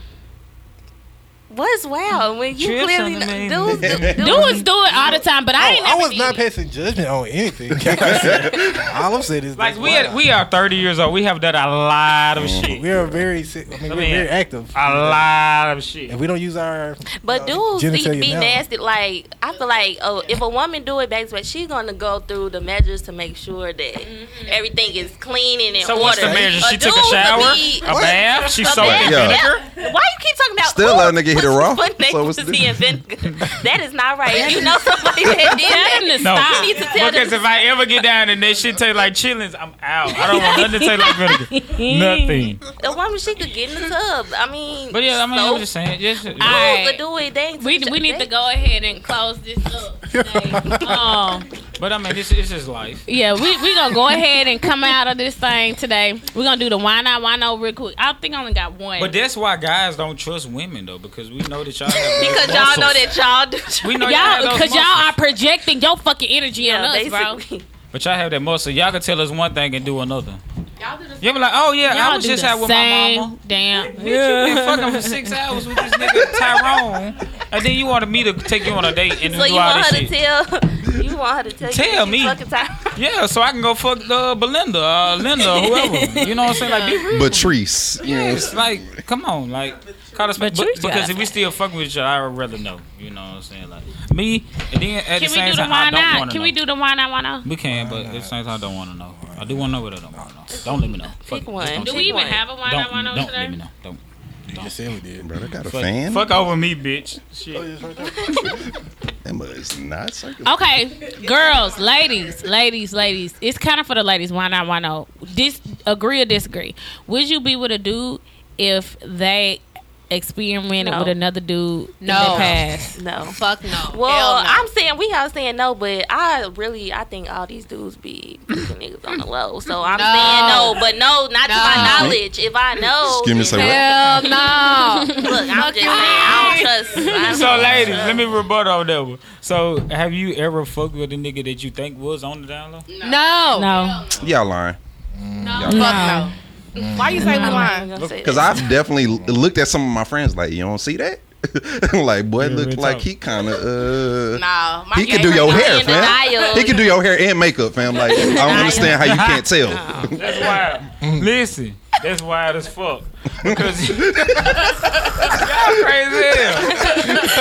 what's wow when you Trips on clearly the main- dudes do- Dudes do it all the time, but I I, ain't never was did not it. passing judgment on anything. All I'm saying is Like that's we wild. had, we are 30 years old. We have done a lot of shit. we are very si- I mean, I we're mean, very active. A lot of shit. If we don't use our But dudes Genitalia be, be now. nasty. Like I feel like oh, if a woman do it back to back, she gonna go through the measures to make sure that everything is clean and in Mm-hmm. So order. what's the measure? She dude took a could shower, be- a bath. She soaked in bath, vinegar. yeah. Why you keep talking about Still ooh, let a nigga hit it raw. put So what's niggas the- in vinegar? That is not right. If you know somebody that did that, Tell him to No. stop. you need to tell Because them. if I ever get down and that shit taste like chillings, I'm out. I don't want nothing to taste like Mm. vinegar. Nothing. A woman she could get in the tub. I mean, But yeah, I mean, I'm so just saying. Just, I- dudes Alright. could do it. They ain't We, took a we need to shower. go ahead and close this up. today. um, but I mean, it's, it's just life. yeah, we we gonna go ahead and come out of this thing today. We're gonna do the why not why no real quick. I think I only got one. But that's why guys don't trust women though, because we know that y'all. Have Because those y'all know muscles. that y'all do. We know y'all, y'all, have because those y'all muscles. are projecting your fucking energy on us, bro. basically. But y'all have that muscle. Y'all can tell us one thing and do another. Y'all do the You'll be like, oh yeah, I Y'all was do just the out with my same mama. Damn. Bitch, you been fucking for six hours with this nigga Tyrone, and then you wanted me to take you on a date and So do you all want this her to shit. tell? You want her to tell? you that Tell she me. fucking tired? yeah, so I can go fuck uh, Belinda, uh, Linda, or whoever. You know what I'm saying? Like, be real. Patrice. You know, Yes, like, come on, like, call us. But, But you because got if we still fuck with each other, I would rather know. You know what I'm saying? Like, me, and then at the Can we same do the time, why I don't want not? to Can know. we do the why not why no? We can, but at the same time, I don't want to know. I do want to know, but I don't want to know. Don't let me know. Fuck Pick it. one. Just Do Don't, we Pick even one. have a why not why no don't, don't let today? me know. Don't. You just said we did. Bro, I got a Fuck, fan. fuck over me, bitch. Shit. That is not Oh, circus. Okay, girls, ladies, ladies, ladies. It's kind of for the ladies. Why not? Why not? Dis agree or disagree? Would you be with a dude if they experimented No. with another dude in No. the past? No. Fuck no. Well, Hell no. I'm saying we all saying no, but I really I think all these dudes be fucking niggas on the low. So I'm No. saying no, but no, not to my No. knowledge. If I know, Excuse me, say then- Hell no. Look, I'm just saying I don't trust. I don't So, ladies, trust. let me rebut on that one. So, have you ever fucked with a nigga that you think was on the down low? No. No. Y'all lying. No. Fuck no. Why you say we I'm lying? not gonna say Because that. I've definitely l- looked at some of my friends like, you don't see that? like, boy, it Yeah, looked real like talk. he kind of, uh. Nah, my He can gay do friend- your I'm hair, in fam. denial. He can do your hair and makeup, fam. Like, I don't understand how you can't tell. That's wild. Listen, that's wild as fuck. Because y'all crazy as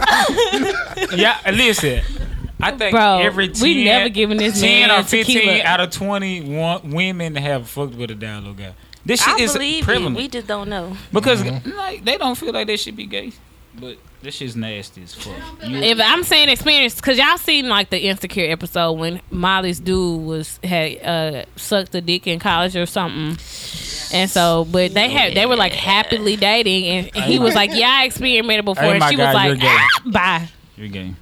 hell. yeah, listen. I think Bro, every we 10, never giving this 10 man or 15 tequila. out of 20 wo- women have fucked with a down low guy. This shit I is believe you. prevalent We just don't know. because like they don't feel like they should be gay, but this shit's nasty as fuck. You- If I'm saying experience, because y'all seen like the insecure episode when Molly's dude was had uh, sucked a dick in college or something, and so but they had they were like happily dating, and he was like, "Yeah, I experimented before," Hey, and my she God, was you're like, gay. ah, "Bye, you're gay,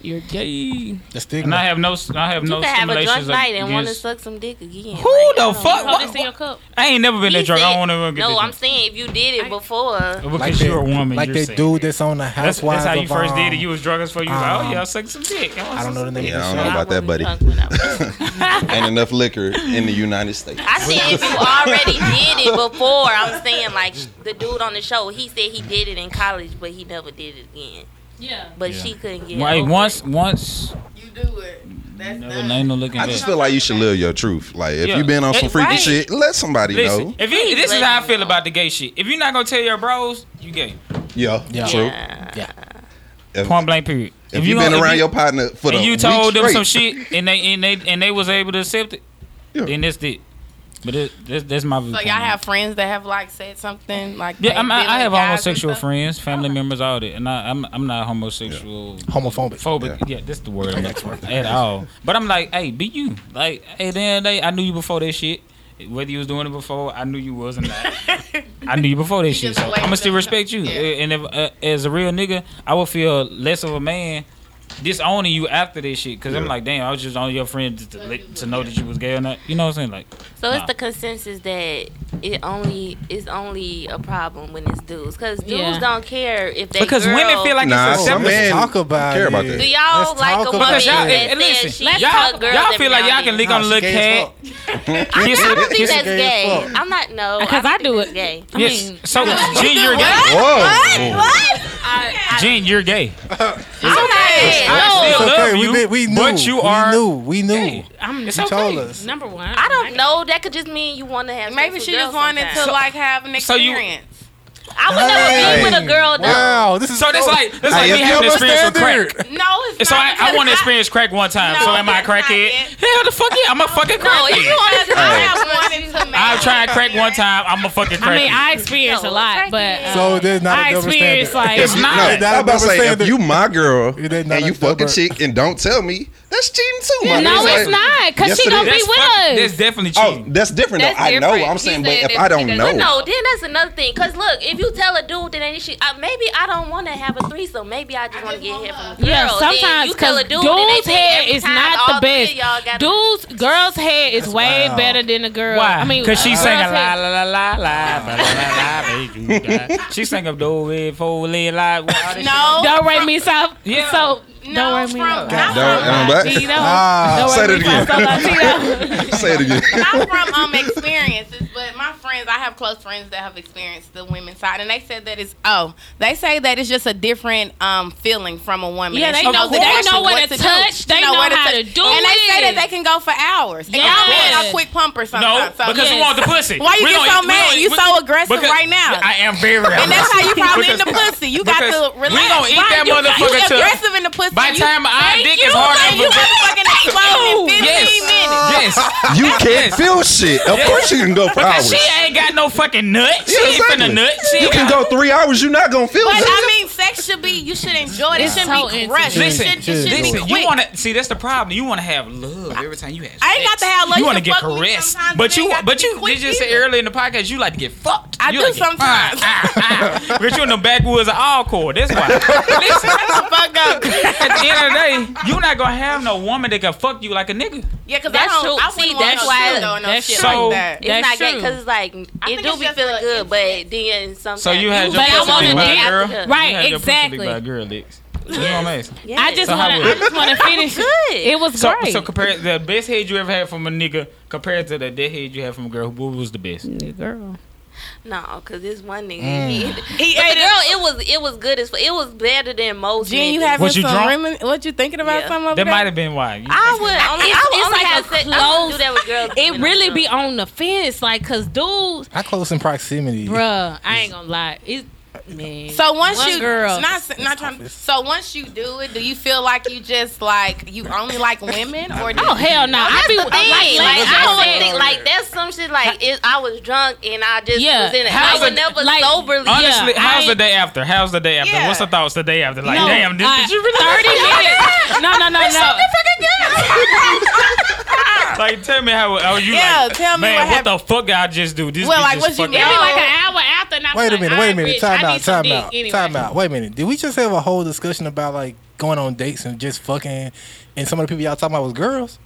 you're gay." The and I stigma. have no, I have You no can have a drunk stimulations night and want to against- suck some dick again. Who Like, the I don't fuck? know. What- Hold this in your cup. I ain't never been that He drunk. I said- don't want to get No, that I'm drunk. saying if you did it before, because Like you're a woman. Like you're that safe. dude that's on the That's, housewives. that's how you of, first um, did it. You was drunk as fuck. You was like, oh um, yeah, I sucked some dick. I, want I don't know the some- name Yeah, I of the don't know show. about that, wasn't buddy. drunk when I was- Ain't enough liquor in the United States. I said if you already did it before, I'm saying like sh- the dude on the show, he said he did it in college, but he never did it again. Yeah. But Yeah. she couldn't get Wait, over once, it. once. You do it. That's No, done. ain't no looking I back. just feel like you should live your truth. Like, if Yeah. you been on some Right. freaky shit, let somebody Listen, know. if you, Please this is let how I me feel know. about the gay shit. If you're not gonna tell your bros, you gay. Yeah, Yeah. true. Yeah. Yeah. If, Point blank period. if you you gonna- been if around you- your partner for the and you week told them straight, some shit and they and they and they was able to accept it, Yeah. then that's it. But it, that's that's my view. So y'all have friends that have like said something like Yeah, they I'm, been I, I with have guys and homosexual stuff? friends, family members, all that, and I, I'm I'm not homosexual. Homophobic. Phobic, yeah, that's the word I'm looking for. at all. But I'm like, hey, be you. Like, hey, at the end of the day, I knew you before that shit. Whether you was doing it before, I knew you was or not. I knew you before that shit, just so I'm waited gonna still on- respect you. Yeah. And if uh, as a real nigga, I would feel less of a man disowning you after this shit because I'm Yeah. like, damn, I was just on your friend to, let, to know that you was gay or not. You know what I'm saying? Like, So Nah. it's the consensus that it only is only a problem when it's dudes, because dudes Yeah. don't care if they because girl, women feel like Nah, it's some acceptable. men- Let's talk about care about it. that. Do y'all Let's like a talk woman about Because y'all, it. that- and listen, she y'all, fuck girls y'all every feel like now y'all and then. can lick on Nah, a she little gay as cat. fuck. I Kiss don't it- think kiss it- that's gay as gay. fuck. I'm not no. Because don't I think do that's it. Gay. I Yes. mean, so, Jen, you're gay. Whoa. Jen, you're gay. Okay. I No, still It's okay. love you, we, been- we knew. but you are We knew. We knew. gay. I'm It's You okay. told us. number one. I don't know. That could just mean you want to have. Maybe sex she with just girls wanted sometimes. to like have an So you- experience. I would never be Hey. with a girl though. Wow, this is So that's like that's Hey, like if me you having an understand experience with there. crack. No, it's So not. I, I because want to experience crack one time. No, so am I a that's not crackhead? it. Hell, the fuck yeah, I'm a fucking No, if you crackhead. wanted to have I wanted to make I've tried crack one time. I'm a fucking I crackhead. mean, I experienced No, a lot, but uh, crackhead. So there's not a I double experienced, standard. like- If It's you, not. no, It's not I'm about double to say, standard. if you my girl It ain't not and you a fuck double- a chick and don't tell me, that's cheating too. my no, nigga. it's Like- not. Cause Yes, she it gonna is. be that's with fuck- That's us. definitely Oh, cheating. that's different That's though. I know. different. I'm He saying, but said if if I she don't doesn't know, No, then that's another thing. Cause look, if you tell a dude that ain't shit, uh, maybe I don't want to have a threesome. Maybe I just want to get hit from a girl. Yeah, Then sometimes you tell because a dude that they dude's think head every is time not all the three of best. y'all gotta- Dude's girl's head is way wild. better than the girl. Why? I mean, because she a sang girl's a la head- la la la la la la la. la, la. She sang up the old red four leg la. all that shit. No, Don't rate me so. Yeah. So no, don't rate from, me. not up. don't, don't from, black. Latino. Ah, Don't say rate that me so again. Latino. say it again. not from um experiences, but my friends. I have close friends that have experienced the women's side, and they said that it's oh, they say that it's just a different um feeling from a woman. Yeah, And they she know- knows they exactly know what to do. touch. She They know where to how touch. to do and they say it. that they can go for hours. And Yes. y'all men are quick pumpers No, sometimes. so- because you Yes. want the pussy. Why you We get don't- so we mad? don't- You we- so aggressive because right now. I am very aggressive. and that's how you probably in the Because- pussy. You got because to relax. We gonna eat Why that you- motherfucker you till- aggressive in the pussy. By you, time I Thank dick you, is hard like, you enough to- motherfucking explode in 15 minutes. Oh, Yes, yes. You can't feel shit. Of course you can go for Because hours. she ain't got no fucking nut. She Yeah, ain't exactly. finna nut. She You ain't can got- go three hours. You're not gonna feel But I it. mean, sex should be be. You should enjoy it. It It's shouldn't so be crushed. It Listen, should, it should listen, be you quick. want to see that's the problem. You want to have love every time you have. I ain't got to sex. have love. You You want to can get fuck with me caressed, sometimes, but but it you ain't got but to be you quick did just say either. earlier in the podcast you like to get fucked. I you do like to get- sometimes. Ah, ah, ah. But you in the backwoods of Alcor. That's why. Listen, fuck up. at the end of the day, you're not gonna have no woman that can fuck you like a nigga. Yeah, because I That's don't. true. I See, wouldn't want that's no why- shit though, no that's shit true. like that. It's That's not good true. because it's like it think do it's be just feeling a- good, but then sometimes So you had you your But I pussy wanna licked by a date- girl. Right, You had your pussy exactly. licked by a girl, Lex. You know what I'm asking. Yes. I just So how want to. was I it? just want to finish. it. good. It was So, great. so compare the best head you ever had from a nigga compared to the dead head you had from a girl. What was the best? girl. no, because this one nigga. He, Mm. He but the ate girl, it was it was good as fu- it was better than most. Gene, you niggas. having Was you some drunk? remin- What you thinking about Yeah. some of That might have been why. You- I would only. It's- I would it's only like have a sex. I would close- do that with girls. It when I'm really drunk. be on the fence, like, cause dudes, How close in proximity? bruh, I ain't gonna lie, it man. So once one you girl, not not trying. office. So once you do it, do you feel like you just like you only like women or? Do oh hell no, I be That's the like, like, thing. Like, I I said- don't think like that's some shit. Like it, I was drunk and I just Yeah. was in it. I How's would it- never like- soberly. Honest- Honestly, yeah, how's I- the day after? How's the day after? Yeah. What's the thoughts the day after? Like, No, damn, this, I- did you really? thirty minutes? No, no, no, no. Like, tell me how, how you Yeah, like, tell me man, what what, the fuck I just do? This Well, bitch like, is what you fucking- did? It'd be like an hour after, and I was Wait a like, minute, all wait a right, minute. bitch, Time I need out, some time dick out, anyway. time out. Wait a minute. Did we just have a whole discussion about like going on dates and just fucking and some of the people y'all talking about was girls?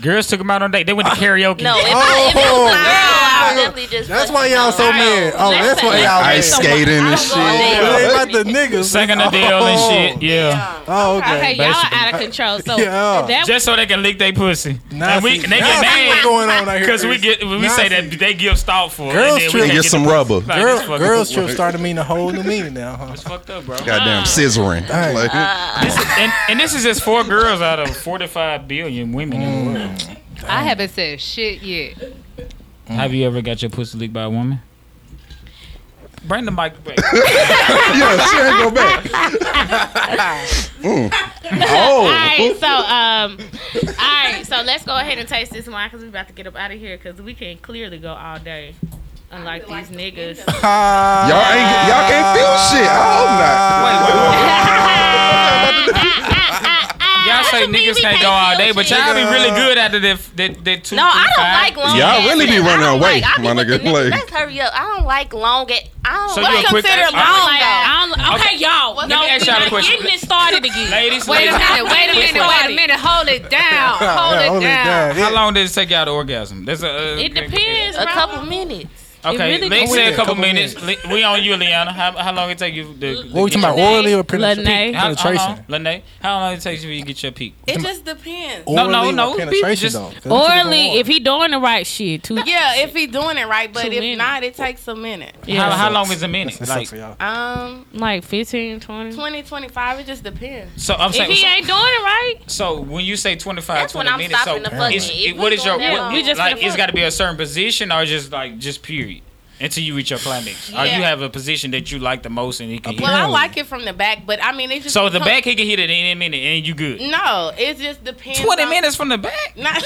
Girls took him out on date. They went to karaoke. no, if, I, if it was a girl, I would definitely just. That's fucking why y'all so go. mad. Oh, that's why y'all mad. Ice skating and I don't shit. go on It ain't about the niggas. Second the Oh. deal and shit. Yeah. Oh, okay. Okay, y'all are Basically. out of control. So Yeah. that Just so they can lick their pussy. Now and we, see- they now get see what's mad going on out here. because we Chris. get when we Now say I see. that they give stop for. it, Girls and then we trip. And take get it some to- rubber. Like, Girl, this fucking- girls trip started to mean a whole new meaning now, huh? It's fucked up, bro. Goddamn scissoring. Like, This is- and, and this is just four girls out of 45 billion women in the world. I haven't said shit yet. Mm. Have you ever got your pussy licked by a woman? Bring the mic back. yeah, she ain't go back. Mm. Oh, Alright, so um, alright, so let's go ahead and taste this wine because we about to get up out of here because we can clearly go all day, unlike these niggas. y'all ain't y'all can't feel shit. I hope not. Y'all say niggas can't go all day, but y'all be really good after that. That, that two. No, I three, don't five. like long. Y'all ass really be niggas. I running don't away, like- I be my with nigga. the niggas- Like- Let's hurry up. I don't like long. At, I don't. So like you a quick consider all long right, Like, I don't- okay, y'all. Let me ask y'all a question. Getting it started again. Ladies, Wait a ladies, minute, wait a minute, wait a minute. Hold it down. Hold Yeah, it hold it down. down. How long did it take y'all to orgasm? That's a, uh, It depends. a bro. couple minutes. Okay, It really Link depends. said a couple, Couple minutes. Li- We on you, Liana. How, how long it take you? To, What we talking about? Lene. Orally or penet- Lene. How, how long, penetration? Lene? How long it takes you to get your peak? it just depends. No, no, Orally or no, we Penetration just- though. 'Cause that's a Orally, different if he doing the right shit, too. Yeah, if he doing it right, but Two if minutes. not, it takes a minute. Yeah. How, how long sucks. is a minute? That Like, sucks for y'all. Um, Like 15, 20. 20, 25, it just depends. so I'm If saying. he So, ain't doing it right, so when you say 25, That's 20 when I'm minutes, stopping so the fucking. it's- If it- we what is your? doing that What, long- We just like finna it's fuck. got to be a certain position, or just like just period until you reach your climax, or Yeah. you have a position that you like the most and you can. Well, Hit. I Apparently. like it from the back, but I mean, it just So the come- back he can hit it any minute and you good. No, it just depends. 20 on- minutes from the back. Not,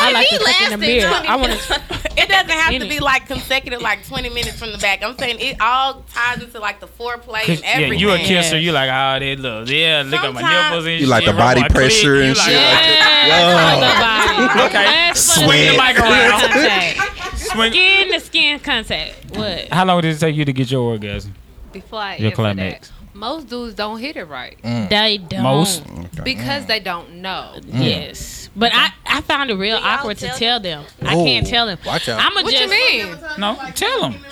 I like to look in the lasted mirror. 20 I want to. it doesn't have to Minute. be like consecutive, like twenty minutes from the back. I'm saying it all ties into like the foreplay and Yeah, everything. you a kiss. kisser. You like, oh, they love. Yeah, look at my Sometimes- nipples and shit. You like the rub body my clit. pressure You and like- shit. Yeah, talk about it. Okay. Let's put Sweat. it in Mic around. contact. Swing- Skin to skin contact. What? How long did it take you to get your orgasm? Before I Your answer climax. that, most dudes don't hit it right They don't. Most? Mm-hmm. because they don't know. Yes. But I, I found it real y'all awkward to tell tell them. I Whoa, can't tell them. Watch out. I'm a What just, you mean? No, tell them.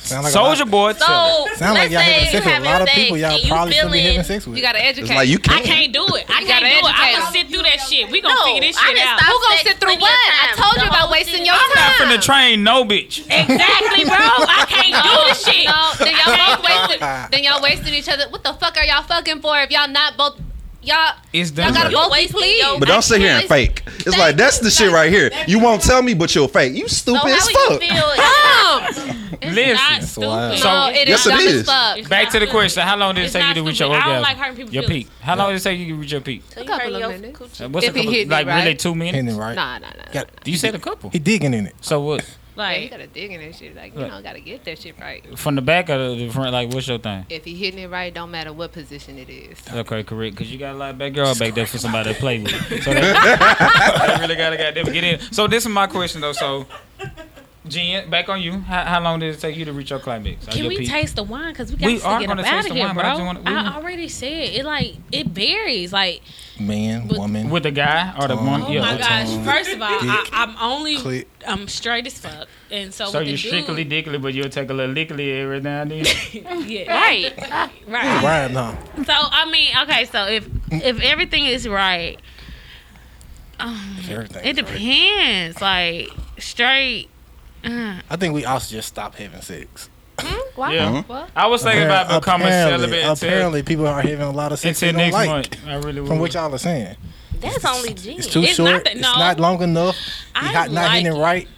Sound like a lot- Soldier boy. So tell 'em. let's Sound like y'all say having you sex with a having lot of sex people y'all and you probably shouldn't be having feeling. sex with. You gotta It's educate. like you I can't. can't do it. I can't gotta do it. I'm educate gonna 'em. sit through that shit. We gonna No, figure this I shit done out. stopped Who gonna sex sit through plenty of what? I times. told The you about whole wasting shit. your I'm not- time. From the train, no bitch. Exactly, bro. I can't do this shit. No, then y'all both wasting. Then y'all wasting each other. What the fuck are y'all fucking for? If y'all not both, y'all It's y'all gotta done. You both be wasting pleased. your- But don't sit here and Like, fake. It's like that's the shit right here. You won't tell me, but you'll fake. You So stupid how as would you fuck. feel? Listen. Not wild. stupid. So- No, it is Yes, it dumb is. as fuck. It's Back not to the stupid. question. How long did it It's take you not to reach your stupid. I orgasm? don't like hurting people's Your feelings. peak. How long did it take you to reach your peak? Uh, So you Couple hurry of your minutes. coochie. What's If a he couple? hit me Like right. really two minutes? Hitting it right. Nah, nah, nah. Got- You said a couple. He digging in it. So what? Yeah, he Like, gotta dig in that shit. Like, you Right. know, gotta get that shit right. From the back of the front, like what's your thing? If he hitting it right, don't matter what position it is. Okay, correct. Cause you got a lot of back girl back there for somebody to play with. So that, they really gotta goddamn get in. So this is my question though. So, Jen, back on you. How, how long did it take you to reach your climax? Or can your we peak? taste the wine? Because we got We to are get up gonna out taste of the here, wine, bro. but I just wanna- we- I already said it. Like, it varies. Like, Man, With- woman, with the guy or the Tongue. one? oh yeah. my what gosh. time? First of all, I, Dick. I'm only click. I'm straight as fuck, and so, So with you the strictly dude, dickly, but you'll take a little lickly every now and then. yeah, right, right. Right now, So I mean, okay, so if if everything is right, um, everything. it depends. Like straight. Uh, I think we also just stop having sex. Why? Yeah. What? I was thinking about becoming Apparently- celibate until, Apparently, people are having a lot of sex they until don't next like. month. I really From would. what y'all are saying, That's only Jen. it's too It's short. not that- It's no. not long enough. I It's not, not like hitting it. it right.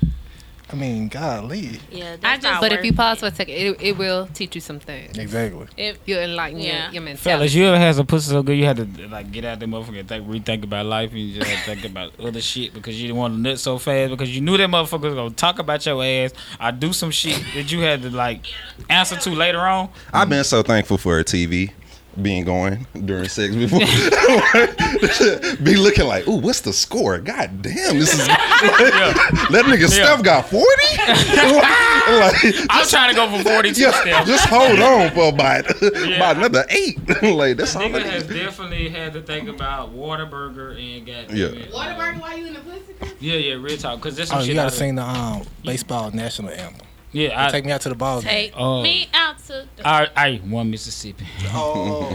I mean, golly. yeah, that's I just- not But if you worth pause for a second, it, it will teach you some things. Exactly. if You'll enlighten your- Yeah. your mentality. Fellas, you ever had some pussy so good you had to like get out there motherfucker and think, rethink about life and you just had to think about other shit because you didn't want to nut so fast because you knew that motherfucker was gonna talk about your ass or do some shit that you had to like answer to later on. I've been so thankful for a TV being going during sex before. Be looking like, ooh, what's the score? God damn, this is. That nigga Steph got 40? like, I was trying to go for forty two yeah, steps. just hold on for about, Yeah. about another eight. like, that's all I Nigga has need. definitely had to think about Waterburger and got Yeah. Waterburger, why you in the pussy? yeah, yeah, real talk. Cause there's some Oh, shit. you gotta out there. sing the um, baseball national anthem. Yeah, I, Take me out to the ball game. take Oh. me out to the I, I, one Mississippi, Oh,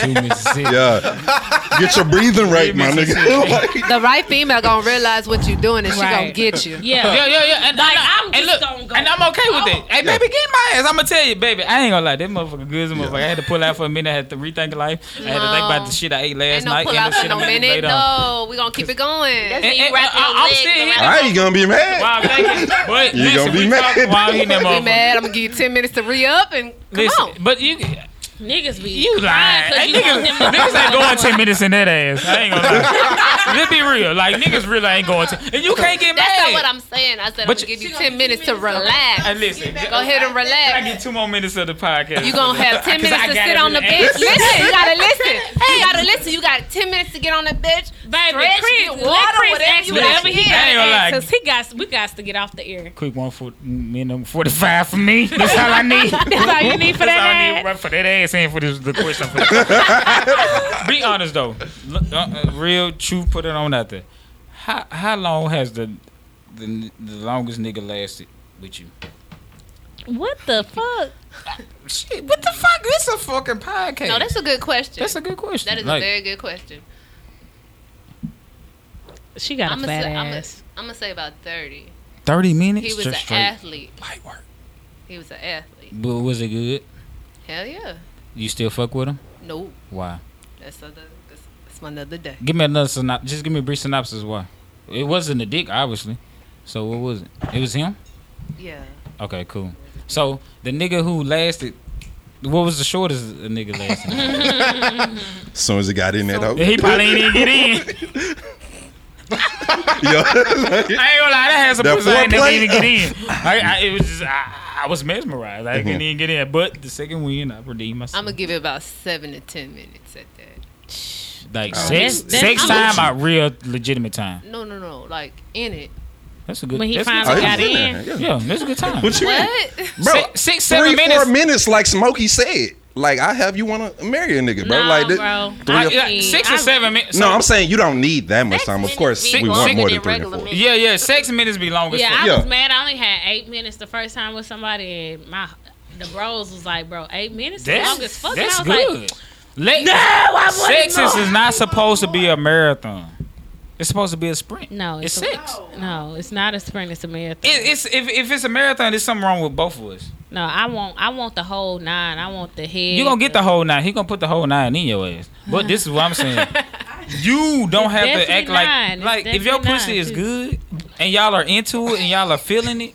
two Mississippi. Yeah. Get your breathing right, my nigga. like, the right female gonna realize what you're doing and Right. she gonna get you. yeah. Yeah, yeah, yeah. And, Like, and, I'm and just look, gonna go. And I'm okay with Oh, it. Hey, Yeah. baby, get my ass. I'm going to tell you, baby. I ain't going to lie. That motherfucker good as a motherfucker. I had to pull out for a minute. I had to rethink life. I had to think about the shit I ate last Ain't no night pull and the out for shit no I'm eating minute. later on. No, we gonna keep it going. And, You and, wrapping your I, I, am leg uh, still here. I ain't gonna be mad. Wow, thank you. But You listen, gonna be we mad. talking while I'm eating that Be motherfucker. mad. I'm gonna give you ten minutes to re up and come Listen, on. but you Niggas be you lying. lying 'cause Hey, you want niggas, them to niggas ain't go going ten minutes in that ass. I ain't gonna lie. Let's be real. Like niggas really ain't going ten. And you can't get That's not mad. what I'm saying. I said I'm gonna But you- give you ten minutes to relax. Hey, listen. Go ahead and I relax. get two more minutes of the podcast. You gonna have ten 'Cause I minutes to gotta sit on the relax. bench. Listen, you gotta listen. You gotta listen. You got ten minutes to get on the bench. Baby, Stretch, Chris, get water, let Chris whatever ask you whatever want. he I ain't gonna lie. got because he got we got to get off the air. Quick one for minimum forty five for me. That's all I need. That's all you need for That's all I that. need right for that ass and for this the question. For Be honest though, Look, uh, uh, real truth. Put it on out there. How how long has the the, the longest nigga lasted with you? What the fuck? Shit, what the fuck? This a fucking podcast. No, that's a good question. that's a good question. That is a Like, very good question. She got I'm a gonna fat say, I'm ass. gonna say about thirty. thirty minutes. He was an just straight athlete. light work. He was an athlete. But was it good? Hell yeah. You still fuck with him? Nope. Why? That's other. That's, that's my another day. Give me another synopsis. Just give me a brief synopsis. Why? It wasn't a dick, obviously. So what was it? It was him. Yeah. Okay, cool. So the nigga who lasted, what was the shortest a nigga lasted? As soon as it got in that hole. he probably ain't even get in. Yeah. I ain't gonna lie, that had some That pussy I ain't never foreplay? even get in. I, I, it was just I, I was mesmerized. I Mm-hmm. couldn't even get in. But the second win, I redeemed myself. I'm gonna give it about seven to ten minutes at that. like Oh, sex, that's- sex that's- time, my real legitimate time. No, no, no. Like in it. That's a good. When he that's a finally good got time. in. Yeah, that's a good time. What you mean? What? Bro, Six- six, seven three, minutes. four minutes, like Smokey said. Like I have you want to marry a nigga, bro. No, like that- bro. three I- or- yeah, six or I- seven minutes. no, I'm saying you don't need that much time. Of course, minutes we be want longer more than than three or regular four. minutes. Yeah, yeah, six minutes be long as Yeah, fuck. I Yeah. was mad. I only had eight minutes the first time with somebody, and my the bros was like, "Bro, eight minutes is That's, long as fuck." that's and I was good. like, Let, no, I sex is- is not supposed to be a marathon. It's supposed to be a sprint. "No, it's it's, a- sex. no, it's not a sprint. It's a marathon. It, it's if, if it's a marathon, there's something wrong with both of us. no, I want, I want the whole nine. I want the head. You gonna get the whole nine. He gonna put the whole nine in your ass. But this is what I'm saying. You don't have to act definitely like nine. It's like if your definitely pussy nine, is too. good and y'all are into it and y'all are feeling it.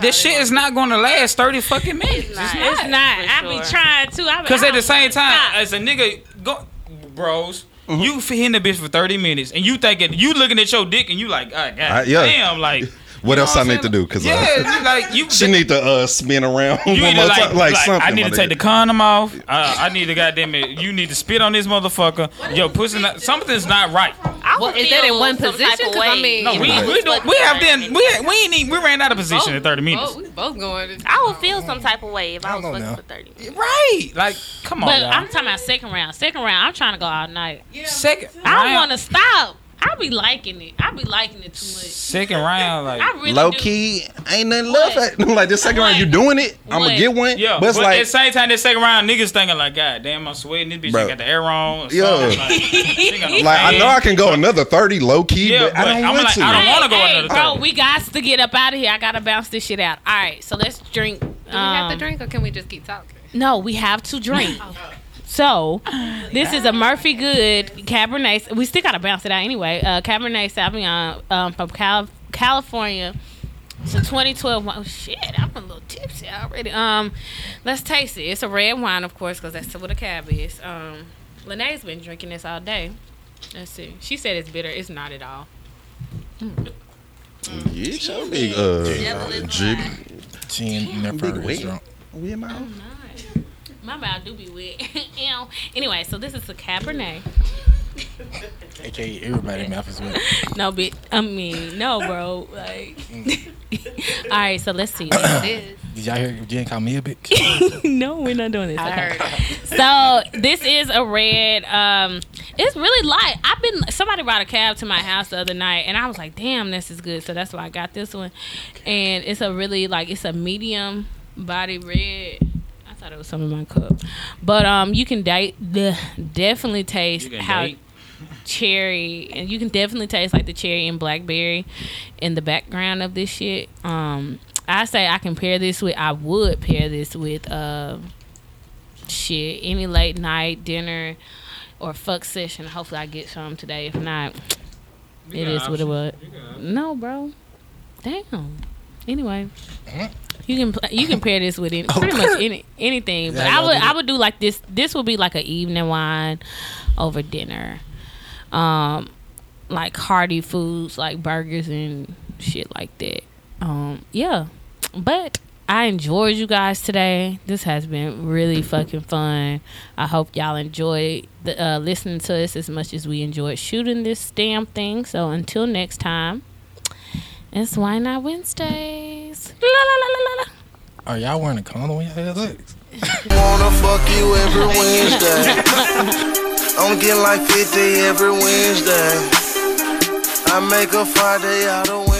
This shit is not gonna last thirty fucking minutes. It's not. not. It's not. I For be sure. trying to. I be- Cause I at the don't same wanna time, stop. as a nigga, go, bros, Mm-hmm. you hitting the bitch for thirty minutes, and you thinking you looking at your dick, and you like, ah, god Uh, yeah. damn, like What You else know I what need I'm to do? saying? Cause uh, Yeah, you like you. she need to uh, spin around you one either more like, time, like, like, something. I need my to take the nigga. condom off. Uh, I need to goddamn it. You need to spit on this motherfucker. Yo, pussy, not, something's not right. I Well, would is that in feel one some position? type of 'Cause I way mean- No, if we you we, was don't, fucking we have hurting been we we ain't even- we ran out of position in thirty minutes. Oh, we both going. I would feel some type of way if I, I was don't fucking know. for 30 minutes. Right? Like, come on, But y'all. I'm talking about second round. Second round, I'm trying to go all night. second. I round- don't want to stop. I be liking it. I be liking it too much. second round. Like, I really Low do. key, ain't nothing left. like this second round, What? you doing it? I'm gonna What? get one. yeah. but But, it's like at the same time, that second round, niggas thinking like, God damn, I'm sweating. This bitch Bro. ain't got the air on. Or Yeah. something. Like, she ain't got no Like I know I pants. can go another thirty low key, Yeah, but I but don't I'm want like, to. I don't Hey, wanna go hey, another bro, third. we got to get up out of here. I gotta bounce this shit out. All right, so let's drink. Do we have to um, drink or can we just keep talking? No, we have to drink. So, this is a Murphy Good Cabernet. We still gotta bounce it out anyway. Uh, Cabernet Sauvignon um, from Cal- California. It's a 2012 wine. Oh, shit, I'm a little tipsy already. Um, let's taste it. It's a red wine, of course, because that's what a cab is. Um, Lenee's been drinking this all day. Let's see. She said it's bitter. It's not at all. Yeah, sure, big uh, jig. She ain't never Big is wig. drunk. We in my house. My mouth do be wet. Ew. anyway, so this is a Cabernet. AKA everybody mouth is wet. No, bitch. I mean, no, bro. Like, all right. So let's see. This. Did y'all hear you didn't call me a bitch? no, we're not doing this. I Okay. heard it. So this is a red. Um, it's really light. I've been somebody brought a cab to my house the other night, and I was like, "Damn, this is good." So that's why I got this one, and it's a really like it's a medium body red. I thought it was some in my cup, but um, you can date the definitely taste You can how date. cherry and you can definitely taste like the cherry and blackberry in the background of this shit um i say i can pair this with i would pair this with uh shit any late night dinner or fuck session hopefully i get some today if not You it got is what it was options. You got options. no bro damn anyway Mm-hmm. you can pl- you can pair this with any, pretty much any anything, but Yeah, I would y'all do I would do like this. This would be like an evening wine over dinner, um, like hearty foods like burgers and shit like that. Um, yeah, but I enjoyed you guys today. This has been really fucking fun. I hope y'all enjoyed the, uh, listening to us as much as we enjoyed shooting this damn thing. So until next time. It's Why Not Wednesdays. La la la la la. Are y'all wearing a condom when y'all have sex? Wanna fuck you every Wednesday. I'm getting like 50 every Wednesday. I make a Friday out of Wednesday.